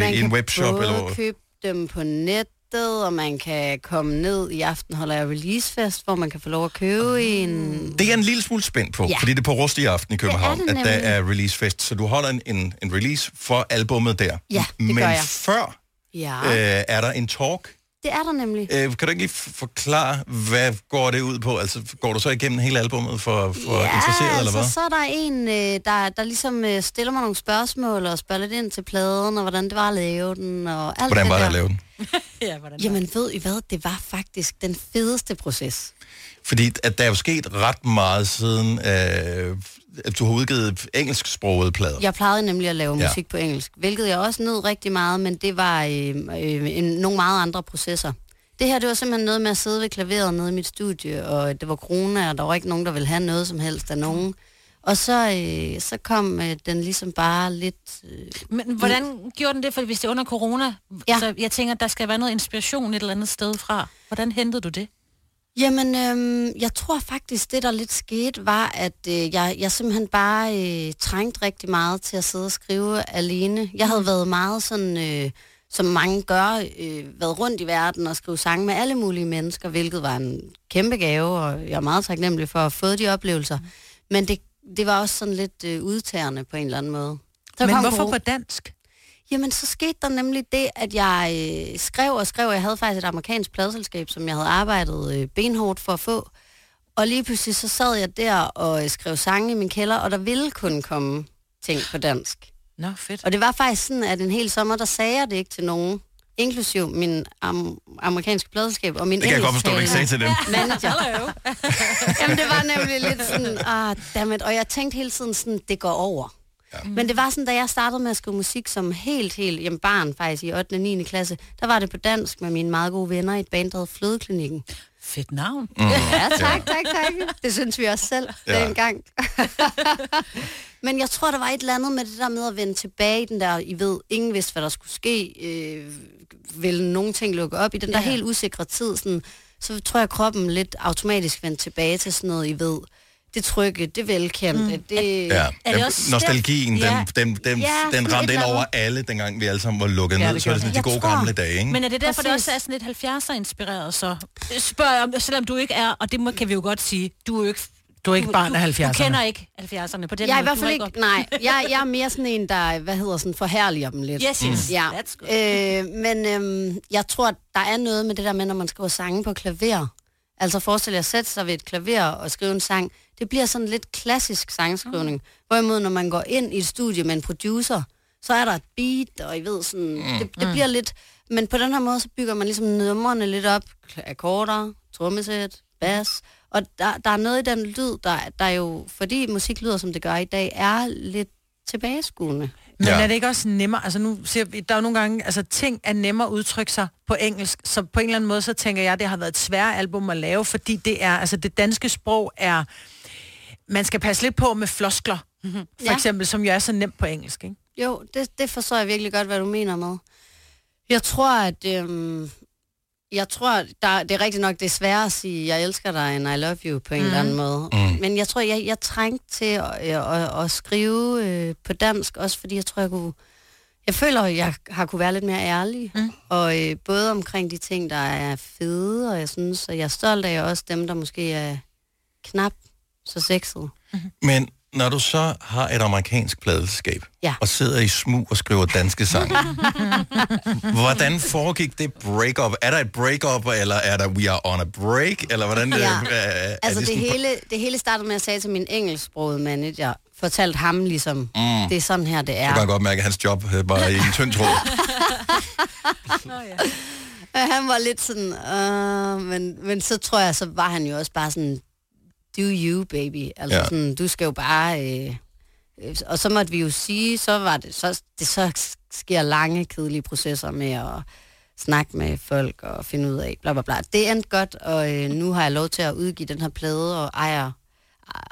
Speaker 19: man
Speaker 1: i en
Speaker 19: kan
Speaker 1: webshop?
Speaker 19: både
Speaker 1: Eller... hvor?
Speaker 19: købe dem på nettet, og man kan komme ned i aften, holder jeg releasefest, hvor man kan få lov at købe
Speaker 1: Ah.
Speaker 19: en...
Speaker 1: Det er jeg en lille smule spændt på, ja.
Speaker 19: Ja.
Speaker 1: fordi det er på Rust i aften i København,
Speaker 19: det
Speaker 1: at der
Speaker 19: nemlig.
Speaker 1: er releasefest. Så du holder en, en, en release for albummet der.
Speaker 19: Ja, det
Speaker 1: Men
Speaker 19: gør jeg.
Speaker 1: før
Speaker 19: Ja, øh.
Speaker 1: øh, er der en talk.
Speaker 19: det er der nemlig.
Speaker 1: Øh, kan du ikke lige f- forklare, hvad går det ud på? Altså, går du så igennem hele albummet for, for ja, interesseret, eller hvad?
Speaker 19: altså, så er der en, øh, der, der ligesom øh, stiller mig nogle spørgsmål og spørger lidt ind til pladen, og hvordan det var at lave den, og alt
Speaker 1: Hvordan
Speaker 19: det
Speaker 1: var det
Speaker 19: der.
Speaker 1: at lave den?
Speaker 19: ja, hvordan Jamen, ved I hvad? Det var faktisk den fedeste proces.
Speaker 1: Fordi at der er jo sket ret meget siden, øh, at du har udgivet engelsksprogede plader.
Speaker 19: Jeg plejede nemlig at lave
Speaker 1: Ja.
Speaker 19: musik på engelsk, hvilket jeg også nød rigtig meget, men det var øh, øh, en, nogle meget andre processer. Det her, det var simpelthen noget med at sidde ved klaveret nede i mit studie, og det var corona, og der var ikke nogen, der ville have noget som helst af nogen. Og så, øh, så kom øh, den ligesom bare lidt... Øh,
Speaker 2: Men hvordan gjorde den det, for hvis det er under corona? Ja. Så jeg tænker, der skal være noget inspiration et eller andet sted fra. Hvordan hentede du det?
Speaker 19: Jamen, øhm, jeg tror faktisk, det der lidt skete, var, at øh, jeg, jeg simpelthen bare øh, trængte rigtig meget til at sidde og skrive alene. Jeg
Speaker 4: Mm.
Speaker 19: havde været meget sådan, øh, som mange gør, øh, været rundt i verden og skrive sange med alle mulige mennesker, hvilket var en kæmpe gave, og jeg er meget taknemmelig for at have fået de oplevelser.
Speaker 4: Mm.
Speaker 19: Men det, det var også sådan lidt øh, udtærende på en eller anden måde. Der
Speaker 4: Men
Speaker 19: kom
Speaker 4: hvorfor
Speaker 19: corona-
Speaker 4: på dansk?
Speaker 19: Jamen, så skete der nemlig det, at jeg øh, skrev og skrev, og jeg havde faktisk et amerikansk pladselskab, som jeg havde arbejdet øh, benhårdt for at få. Og lige pludselig så sad jeg der og øh, skrev sange i min kælder, og der ville kun komme ting på dansk.
Speaker 4: Nå, fedt.
Speaker 19: Og det var faktisk sådan, at en hel sommer, der sagde jeg det ikke til nogen, inklusiv min am- amerikanske pladselskab og min
Speaker 1: Det kan jeg godt forstå, du ikke sagde til dem.
Speaker 19: engelsktalende Manager. Jamen, det var nemlig lidt sådan, ah, dammit. Og jeg tænkte hele tiden sådan, det går over. Ja. Men det var sådan, da jeg startede med at skrive musik som helt, helt jamen barn faktisk i 8. og 9. klasse, der var det på dansk med mine meget gode venner i et band, der hed Flødeklinikken.
Speaker 4: Fedt navn.
Speaker 19: Mm. Ja, tak, tak, tak. Det synes vi også selv
Speaker 4: Ja.
Speaker 19: ja. dengang. Men jeg tror, der var et eller andet med det der med at vende tilbage i den der, I ved, ingen vidste, hvad der skulle ske. Øh, ville nogle ting lukke op i den der ja. helt usikre tid, sådan, så tror jeg, kroppen lidt automatisk vendte tilbage til sådan noget, I ved, det trygge, det velkendte, mm. det...
Speaker 1: Ja, ja nostalgien, den, den, den,
Speaker 19: Ja,
Speaker 1: ja,
Speaker 19: sådan
Speaker 1: den
Speaker 19: et
Speaker 1: ramte ind
Speaker 19: eller
Speaker 1: over
Speaker 19: andet.
Speaker 1: alle, dengang vi alle sammen var lukket
Speaker 2: Ja,
Speaker 1: ja,
Speaker 2: det
Speaker 1: ned. Så er det
Speaker 2: gjorde
Speaker 1: sådan de
Speaker 2: det.
Speaker 1: gode
Speaker 2: Jeg tror-
Speaker 1: gamle dage, ikke?
Speaker 2: Men er det derfor, Præcis. det
Speaker 19: Præcis.
Speaker 2: også er sådan lidt 70'er-inspireret, så spørger jeg, om- selvom du ikke er, og det må, kan vi jo godt sige, du er jo ikke...
Speaker 4: Du er ikke barn af
Speaker 2: Du,
Speaker 4: 70'erne.
Speaker 2: du kender ikke 70'erne på den
Speaker 19: jeg er
Speaker 2: måde.
Speaker 19: i hvert fald
Speaker 2: Du var
Speaker 19: ikke,
Speaker 2: op-
Speaker 19: nej, jeg, jeg er mere sådan en, der, hvad hedder sådan, forherliger dem lidt.
Speaker 2: Yes, yes. Mm.
Speaker 19: Ja.
Speaker 2: That's good.
Speaker 19: Øh, men øhm, jeg tror, at der er noget med det der med, når man skriver sange på klaver. Altså forestil jer at sætte sig ved et klaver og skrive en sang. Det bliver sådan lidt klassisk sangskrivning. Mm. Hvorimod, når man går ind i et studie med en producer, så er der et beat, og I ved sådan, mm. det, det
Speaker 4: Mm.
Speaker 19: bliver lidt... Men på den her måde, så bygger man ligesom numrene lidt op. Akkorder, trommesæt, bas. Og der, der er noget i den lyd, der, der jo, fordi musik lyder, som det gør i dag, er lidt tilbageskuende.
Speaker 4: Men ja. er det ikke også nemmere, altså nu ser vi, der er jo nogle gange, altså ting er nemmere at udtrykke sig på engelsk, så på en eller anden måde, så tænker jeg, det har været et svært album at lave, fordi det er, altså det danske sprog er, man skal passe lidt på med floskler,
Speaker 2: Mhm.
Speaker 4: for
Speaker 19: Ja.
Speaker 4: ja. eksempel, som jo er så nemt på engelsk, ikke?
Speaker 19: Jo, det, det forstår jeg virkelig godt, hvad du mener med. Jeg tror, at... Øhm, jeg tror, at der, det er rigtigt nok, det er sværere at sige, jeg elsker dig, end I love you, på en mm. eller anden måde. Mm. Men jeg tror, jeg, jeg trængte til at, øh, at, at skrive øh, på dansk, også fordi jeg tror, jeg kunne... Jeg føler, at jeg har kunne være lidt mere ærlig, mm. og øh, både omkring de ting, der er fede, og jeg synes, at jeg er stolt af og også dem, der måske er knap så sexede.
Speaker 1: Men når du så har et amerikansk pladeskab,
Speaker 19: Ja.
Speaker 1: og sidder i smug og skriver danske sange, hvordan foregik det break-up? Er der et break-up, eller er der we are on a break? Eller hvordan det,
Speaker 19: Ja.
Speaker 1: er, er
Speaker 19: Altså, det,
Speaker 1: sådan-
Speaker 19: hele, det hele startede med, at jeg sagde til min engelsksprogede manager, fortalte ham ligesom, mm. det er sådan her, det
Speaker 1: Så
Speaker 19: er.
Speaker 1: kan jeg godt mærke, at hans job øh, var i en tynd tråd.
Speaker 19: Og han var lidt sådan, øh, men, men så tror jeg, så var han jo også bare sådan, do you, baby. Altså
Speaker 1: Ja.
Speaker 19: ja. sådan, du skal jo bare... Øh, øh, og så måtte vi jo sige, så var det, så, det så sker lange, kedelige processer med at snakke med folk og finde ud af, bla bla bla. Det endte godt, og øh, nu har jeg lov til at udgive den her plade og ejer,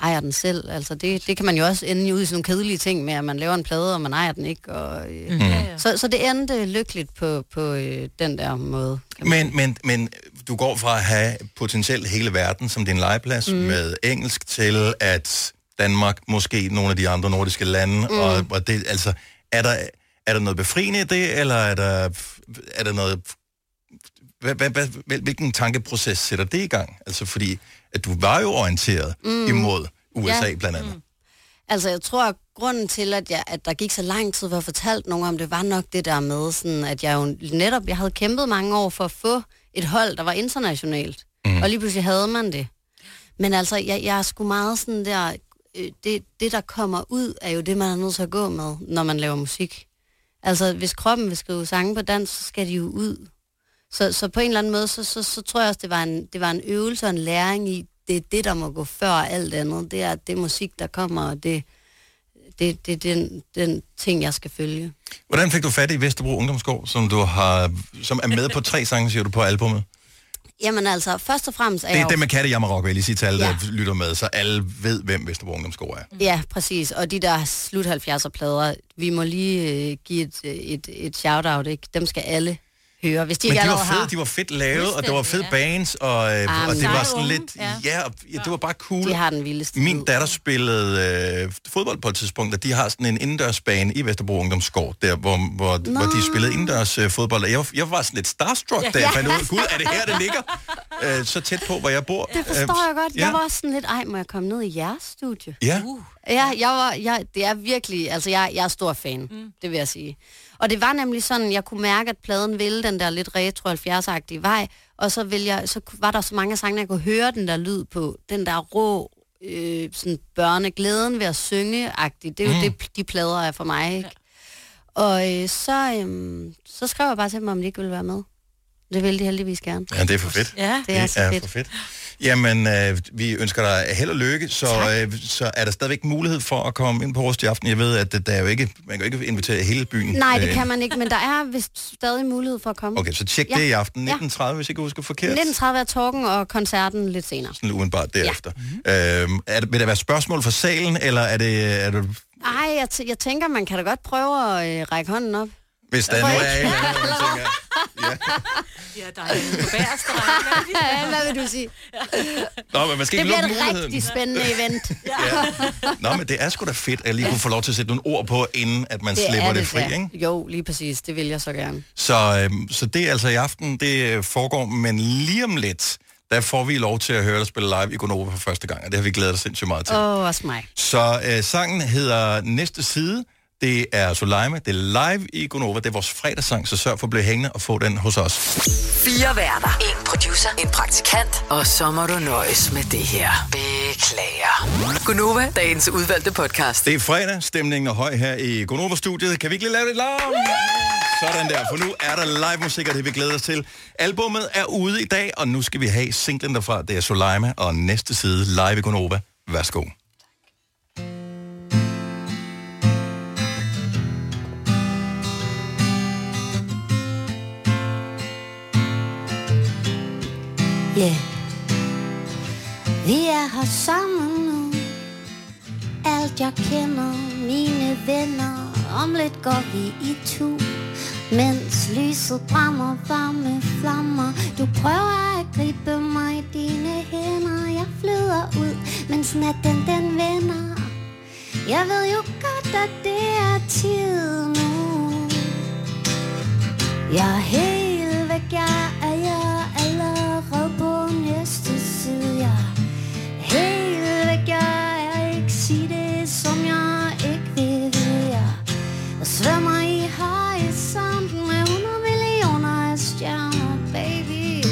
Speaker 19: ejer den selv. Altså det, det kan man jo også ende ud i sådan nogle kedelige ting med, at man laver en plade, og man ejer den ikke. Og, øh,
Speaker 1: Mm.
Speaker 19: mm.
Speaker 1: Ja, ja.
Speaker 19: så, så det endte lykkeligt på, på øh, den der måde.
Speaker 1: Men, men, men du går fra at have potentielt hele verden som din legeplads mm. med engelsk, til at Danmark, måske nogle af de andre nordiske lande, mm.
Speaker 19: Mm.
Speaker 1: og, og det, altså, er der, er der noget befriende i det, eller er der, er der noget... Hvad, hvad, hvad, hvil- hvilken tankeproces sætter det i gang? Altså, fordi at du var jo orienteret mm.
Speaker 19: Mm.
Speaker 1: imod USA,
Speaker 19: Ja.
Speaker 1: blandt andet.
Speaker 19: Altså, jeg tror, at grunden til, at, jeg, at der gik så lang tid, hvor jeg fortalte nogen om det, var nok det der med, sådan, at jeg jo netop jeg havde kæmpet mange år for at få et hold, der var internationalt. Mm. Og lige pludselig havde man det. Men altså, jeg, jeg er sgu meget sådan der... Øh, det, det, der kommer ud, er jo det, man er nødt til at gå med, når man laver musik. Altså, hvis kroppen vil skrive sange på dans, så skal de jo ud. Så, så på en eller anden måde, så, så, så tror jeg også, det var, en, det var en øvelse og en læring i, det er det, der må gå før alt andet. Det er det er musik, der kommer, og det, det, det er den, den ting, jeg skal følge.
Speaker 1: Hvordan fik du fat i Vesterbro Ungdomsgård, som, du har, som er med på tre sange, siger du, på albummet?
Speaker 19: Jamen altså, først og fremmest er
Speaker 1: Det
Speaker 19: jeg
Speaker 1: er
Speaker 19: jo-
Speaker 1: det med katte, jeg må vil jeg lige sige til alle, der
Speaker 19: Ja.
Speaker 1: lytter med, så alle ved, hvem Vesterbro Ungdomsgård er.
Speaker 19: Ja, præcis. Og de der slut 70'er plader, vi må lige øh, give et, et, et shout-out, ikke? Dem skal alle høre, hvis de
Speaker 1: Men
Speaker 19: ikke
Speaker 1: de var
Speaker 19: allerede
Speaker 1: fede,
Speaker 19: har.
Speaker 1: de var fedt lavet, og det var fede
Speaker 19: Fuldstændig,
Speaker 1: bands, og, øh,
Speaker 19: Ah,
Speaker 1: og
Speaker 19: men
Speaker 1: det
Speaker 19: der
Speaker 1: var
Speaker 19: er
Speaker 1: sådan
Speaker 19: unge,
Speaker 1: lidt...
Speaker 19: ja.
Speaker 1: Ja, og- ja, det var bare cool.
Speaker 19: De har den vildeste
Speaker 1: Min datter spillede øh, fodbold på et tidspunkt, og de har sådan en indendørsbane i Vesterbro Ungdomsgård, der, hvor, hvor, hvor de spillede indendørs øh, fodbold. Og jeg, var- jeg var sådan lidt starstruck,
Speaker 19: Ja.
Speaker 1: da jeg
Speaker 19: Ja.
Speaker 1: fandt ud af, gud, er det her, det ligger? Øh, så tæt på, hvor jeg bor.
Speaker 19: Det forstår
Speaker 1: Øh,
Speaker 19: jeg godt.
Speaker 1: Ja.
Speaker 19: Jeg var Uh. også sådan lidt, ej, må jeg komme ned i jeres studie?
Speaker 1: Ja.
Speaker 19: Ja, jeg var, jeg, det er virkelig, altså jeg, jeg er stor fan, mm. det vil jeg sige. Og det var nemlig sådan, jeg kunne mærke, at pladen ville den der lidt retro 70-agtige vej, og så, ville jeg, så var der så mange af sangene, jeg kunne høre den der lyd på, den der rå øh, sådan børneglæden ved at synge-agtig. Det er jo
Speaker 20: Mm.
Speaker 19: mm. det, de plader er for mig, ikke? Ja. Og øh, så, øh, så skrev jeg bare til dem, om de ikke ville være med. Det ville de heldigvis gerne.
Speaker 1: Ja, det er for fedt.
Speaker 19: Ja. Det er så fedt.
Speaker 1: for fedt. Jamen, øh, vi ønsker dig held og lykke, så, øh, så er der stadigvæk mulighed for at komme ind på Rust i aften. Jeg ved, at øh, der er jo ikke, man kan jo ikke invitere hele byen.
Speaker 19: Nej, det
Speaker 1: øh,
Speaker 19: kan man ikke, men der er vist stadig mulighed for at komme.
Speaker 1: Okay, så tjek det i aften, 19.30, hvis ikke jeg husker forkert.
Speaker 19: 1930 er Torken og koncerten lidt senere.
Speaker 1: Sådan umiddelbart derefter. Ja.
Speaker 19: Mhm.
Speaker 1: Øhm, er, det- vil der være spørgsmål fra salen, eller er det... Er det
Speaker 19: Ej, jeg, t- jeg tænker, man kan da godt prøve at øh, række hånden op.
Speaker 1: hvis der nu
Speaker 19: Hvorfor
Speaker 1: er
Speaker 19: ikke?
Speaker 1: en eller anden, man tænker,
Speaker 19: Ja, der er på bagerste række. Hvad vil du sige?
Speaker 1: Nå, men man skal
Speaker 19: det
Speaker 1: ikke
Speaker 19: bliver
Speaker 1: lukke
Speaker 19: et
Speaker 1: muligheden.
Speaker 19: rigtig spændende event.
Speaker 1: Nå, men det er sgu da fedt, at jeg lige kunne få lov til at sætte nogle ord på, inden at man det slipper
Speaker 19: er
Speaker 1: det, det fri,
Speaker 19: da.
Speaker 1: ikke?
Speaker 19: Jo, lige præcis. Det vil jeg så gerne.
Speaker 1: Så, øhm, så det er altså i aften, det øh, foregår, men lige om lidt, der får vi lov til at høre dig spille live i Gonova for første gang, og det har vi glædet os sindssygt meget til.
Speaker 19: Åh, oh, også mig.
Speaker 1: Så øh, sangen hedder Næste Side. Det er Soleima, det er live i Gonova, det er vores fredagssang, så sørg for at blive hængende og få den hos os.
Speaker 5: Fire værter. En producer. En praktikant. Og så må du nøjes med det her. Beklager. Gunova, dagens udvalgte podcast.
Speaker 1: Det er fredag, stemningen er høj her i Gonova-studiet. Kan vi ikke lige lave lidt larm? Sådan der, for nu er der live musik, og det vi glæder os til. Albummet er ude i dag, og nu skal vi have singlen derfra. Det er Soleima, og næste side live i Gonova. Værsgo.
Speaker 20: Ja, vi er her sammen nu Alt jeg kender, mine venner Om lidt går vi i tu Mens lyset brænder, varme flammer Du prøver at gribe mig i dine hænder Jeg flyder ud, mens natten den vender Jeg ved jo godt, at det er tid nu Jeg er helt væk, jeg er jeg allerede på næste side Jeg er helt væk, jeg er ikke sige det, som jeg ikke vil Jeg svømmer i horisonten med 100 millioner af stjerner, baby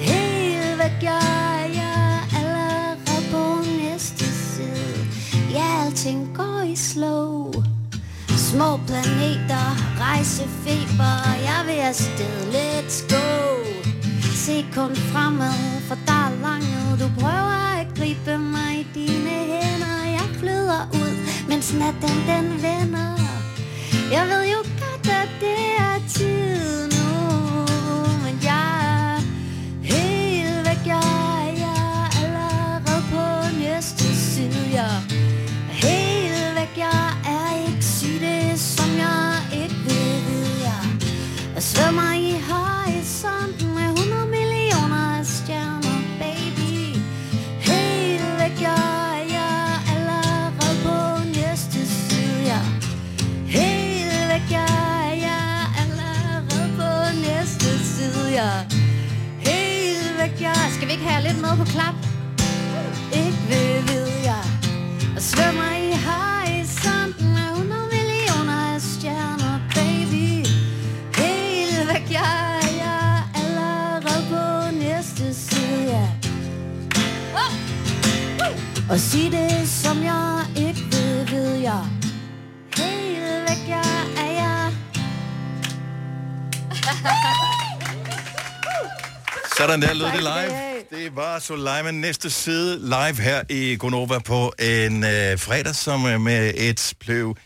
Speaker 20: Helt væk, jeg er jeg allerede på næste side Ja, alting går i slow Små planeter, rejsefeber, jeg vil afsted, let's go Se kun fremad, for der er langt Du prøver at gribe mig i dine hænder Jeg flyder ud, mens natten den vender Jeg ved jo godt, at det er tid nu Men jeg er helt væk, jeg er jeg er allerede på næste side Jeg er Helt væk, jeg er ikke sige det, som jeg ikke vil vide. Jeg Jeg svømmer i horisonten med 100 millioner af stjerner, baby. Helt væk, jeg jeg er allerede på næste side. Jeg Helt væk, jeg jeg er allerede på næste side. Jeg Helt væk, jeg Skal vi ikke have lidt med på klap? Ikke vil vide, jeg og svømmer i horisonten af 100 millioner af stjerner, baby Helt væk, jeg er jeg er allerede på næste side, ja Og sig det, som jeg ikke ved, ved jeg Helt væk, jeg er jeg
Speaker 1: Sådan der lød det live. Det var Soleima næste side live her i Gonova på en øh, fredag, som øh, med et blev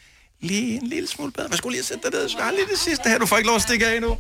Speaker 1: lige en lille smule bedre. Hvad skulle lige sætte dig ned? Svær lige det sidste her. Du får ikke lov at stikke af endnu.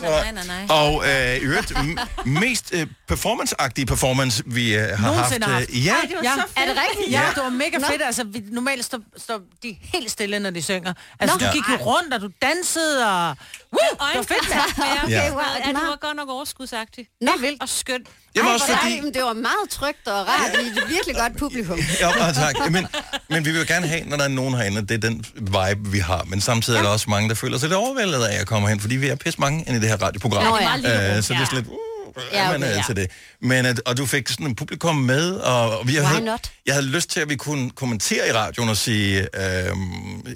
Speaker 2: Nej, nej, nej.
Speaker 1: Og øh, i øvrigt, m- mest øh, performance-agtige performance, vi øh, har
Speaker 4: Nogensinde
Speaker 1: haft. øh, Ja,
Speaker 4: Ej, det var ja. så fedt.
Speaker 2: Er det rigtigt?
Speaker 4: Ja,
Speaker 1: Ja.
Speaker 4: det var mega
Speaker 2: Nå.
Speaker 4: fedt. Altså, vi, normalt står, står de helt stille, når de synger. Altså,
Speaker 2: Nå.
Speaker 4: Nå. du gik jo
Speaker 2: Ja.
Speaker 4: rundt, og du dansede, og... Woo, det var fedt, mand.
Speaker 1: Ja.
Speaker 19: Okay, wow,
Speaker 2: Ja, det var godt nok overskudsagtigt.
Speaker 19: Nå, vildt.
Speaker 2: Og skønt.
Speaker 1: Jamen, også
Speaker 19: hvor
Speaker 1: fordi-
Speaker 19: dejligt. det var meget trygt og rart i et virkelig godt publikum.
Speaker 1: Ja, og tak. Men, men vi vil jo gerne have, når der er nogen herinde, at det er den vibe, vi har. Men samtidig er der også mange, der føler sig lidt overvældet af at komme hen, fordi vi er pisse mange ind i det her radioprogram.
Speaker 19: Nå, ja.
Speaker 1: Øh, så det er sådan lidt, uh, ja, okay, man er ja. til det. Men at, og du fik sådan en publikum med, og og vi
Speaker 19: Why
Speaker 1: havde,
Speaker 19: not?
Speaker 1: jeg havde lyst til, at vi kunne kommentere i radioen og sige, øh,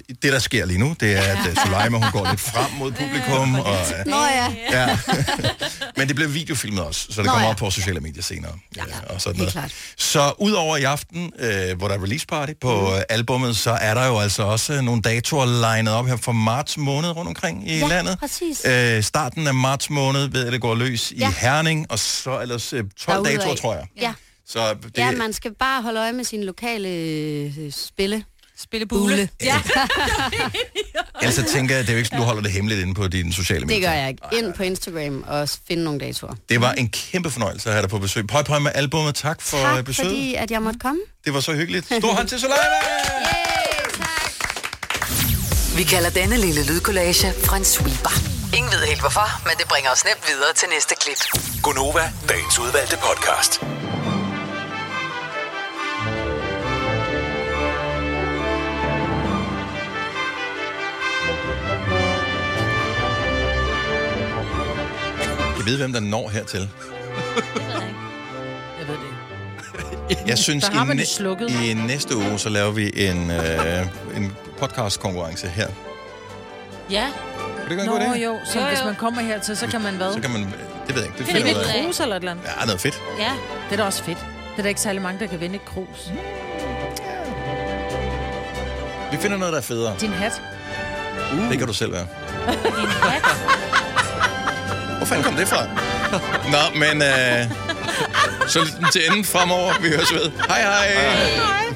Speaker 1: det der sker lige nu, det er, at øh, Suleima, hun går lidt frem mod publikum. Og, øh,
Speaker 19: Nå ja.
Speaker 1: ja. Men det blev videofilmet også, så det
Speaker 19: Nå,
Speaker 1: kommer
Speaker 19: ja.
Speaker 1: op på sociale medier senere. Ja, ja. Og sådan
Speaker 19: helt
Speaker 1: noget. Så udover i aften, øh, hvor der er release party på mm. albummet, så er der jo altså også øh, nogle datoer legnet op her for marts måned rundt omkring i
Speaker 19: Ja,
Speaker 1: landet.
Speaker 19: præcis.
Speaker 1: Øh, starten af marts måned ved jeg, det går løs ja.
Speaker 19: Ja.
Speaker 1: i Herning, og så ellers øh, 12
Speaker 19: Derudad.
Speaker 1: datoer, tror jeg.
Speaker 19: Ja.
Speaker 1: Så det,
Speaker 19: ja, man skal bare holde øje med sine lokale øh, spille.
Speaker 2: Spillebule.
Speaker 19: Ja.
Speaker 1: ellers så tænker jeg, det er jo ikke, sådan, du holder det hemmeligt inde på dine sociale medier.
Speaker 19: det gør jeg ikke. Ind på Instagram og finde nogle datoer.
Speaker 1: Det var en kæmpe fornøjelse at have dig på besøg. Pøj, pøj med albumet. Tak for øh,
Speaker 19: tak,
Speaker 1: besøget.
Speaker 19: fordi at jeg måtte komme.
Speaker 1: Det var så hyggeligt. Stor hånd til Solana!
Speaker 5: Vi kalder denne lille lydkollage Frans sweeper. Ingen ved helt hvorfor, men det bringer os nemt videre til næste klip.
Speaker 13: Gunova, dagens udvalgte podcast.
Speaker 1: Jeg ved, hvem der når hertil.
Speaker 4: Jeg ved det ikke.
Speaker 1: Jeg synes,
Speaker 4: Der har
Speaker 1: i,
Speaker 4: man
Speaker 1: næ-
Speaker 4: det slukket,
Speaker 1: i næste uge, så laver vi en, øh, en podcast-konkurrence her.
Speaker 2: Ja.
Speaker 1: det ikke være en god idé?
Speaker 4: jo, så
Speaker 2: Jo, jo.
Speaker 4: hvis man kommer hertil, så kan man hvad?
Speaker 1: Så kan man... øh, Det ved jeg ikke. Det
Speaker 4: Finde
Speaker 1: finder
Speaker 4: et
Speaker 1: vi ud af.
Speaker 4: krus eller et eller andet.
Speaker 1: Ja, noget fedt.
Speaker 2: Ja.
Speaker 4: Det er da også fedt. Det er da ikke særlig mange, der kan vinde et krus.
Speaker 1: Vi finder noget, der er federe.
Speaker 4: Din hat. Mm.
Speaker 1: Uh. Det kan du selv være. Hvor fanden kom det fra? Nå, men øh, så til enden fremover. Vi høres ved. Hej hej. hej.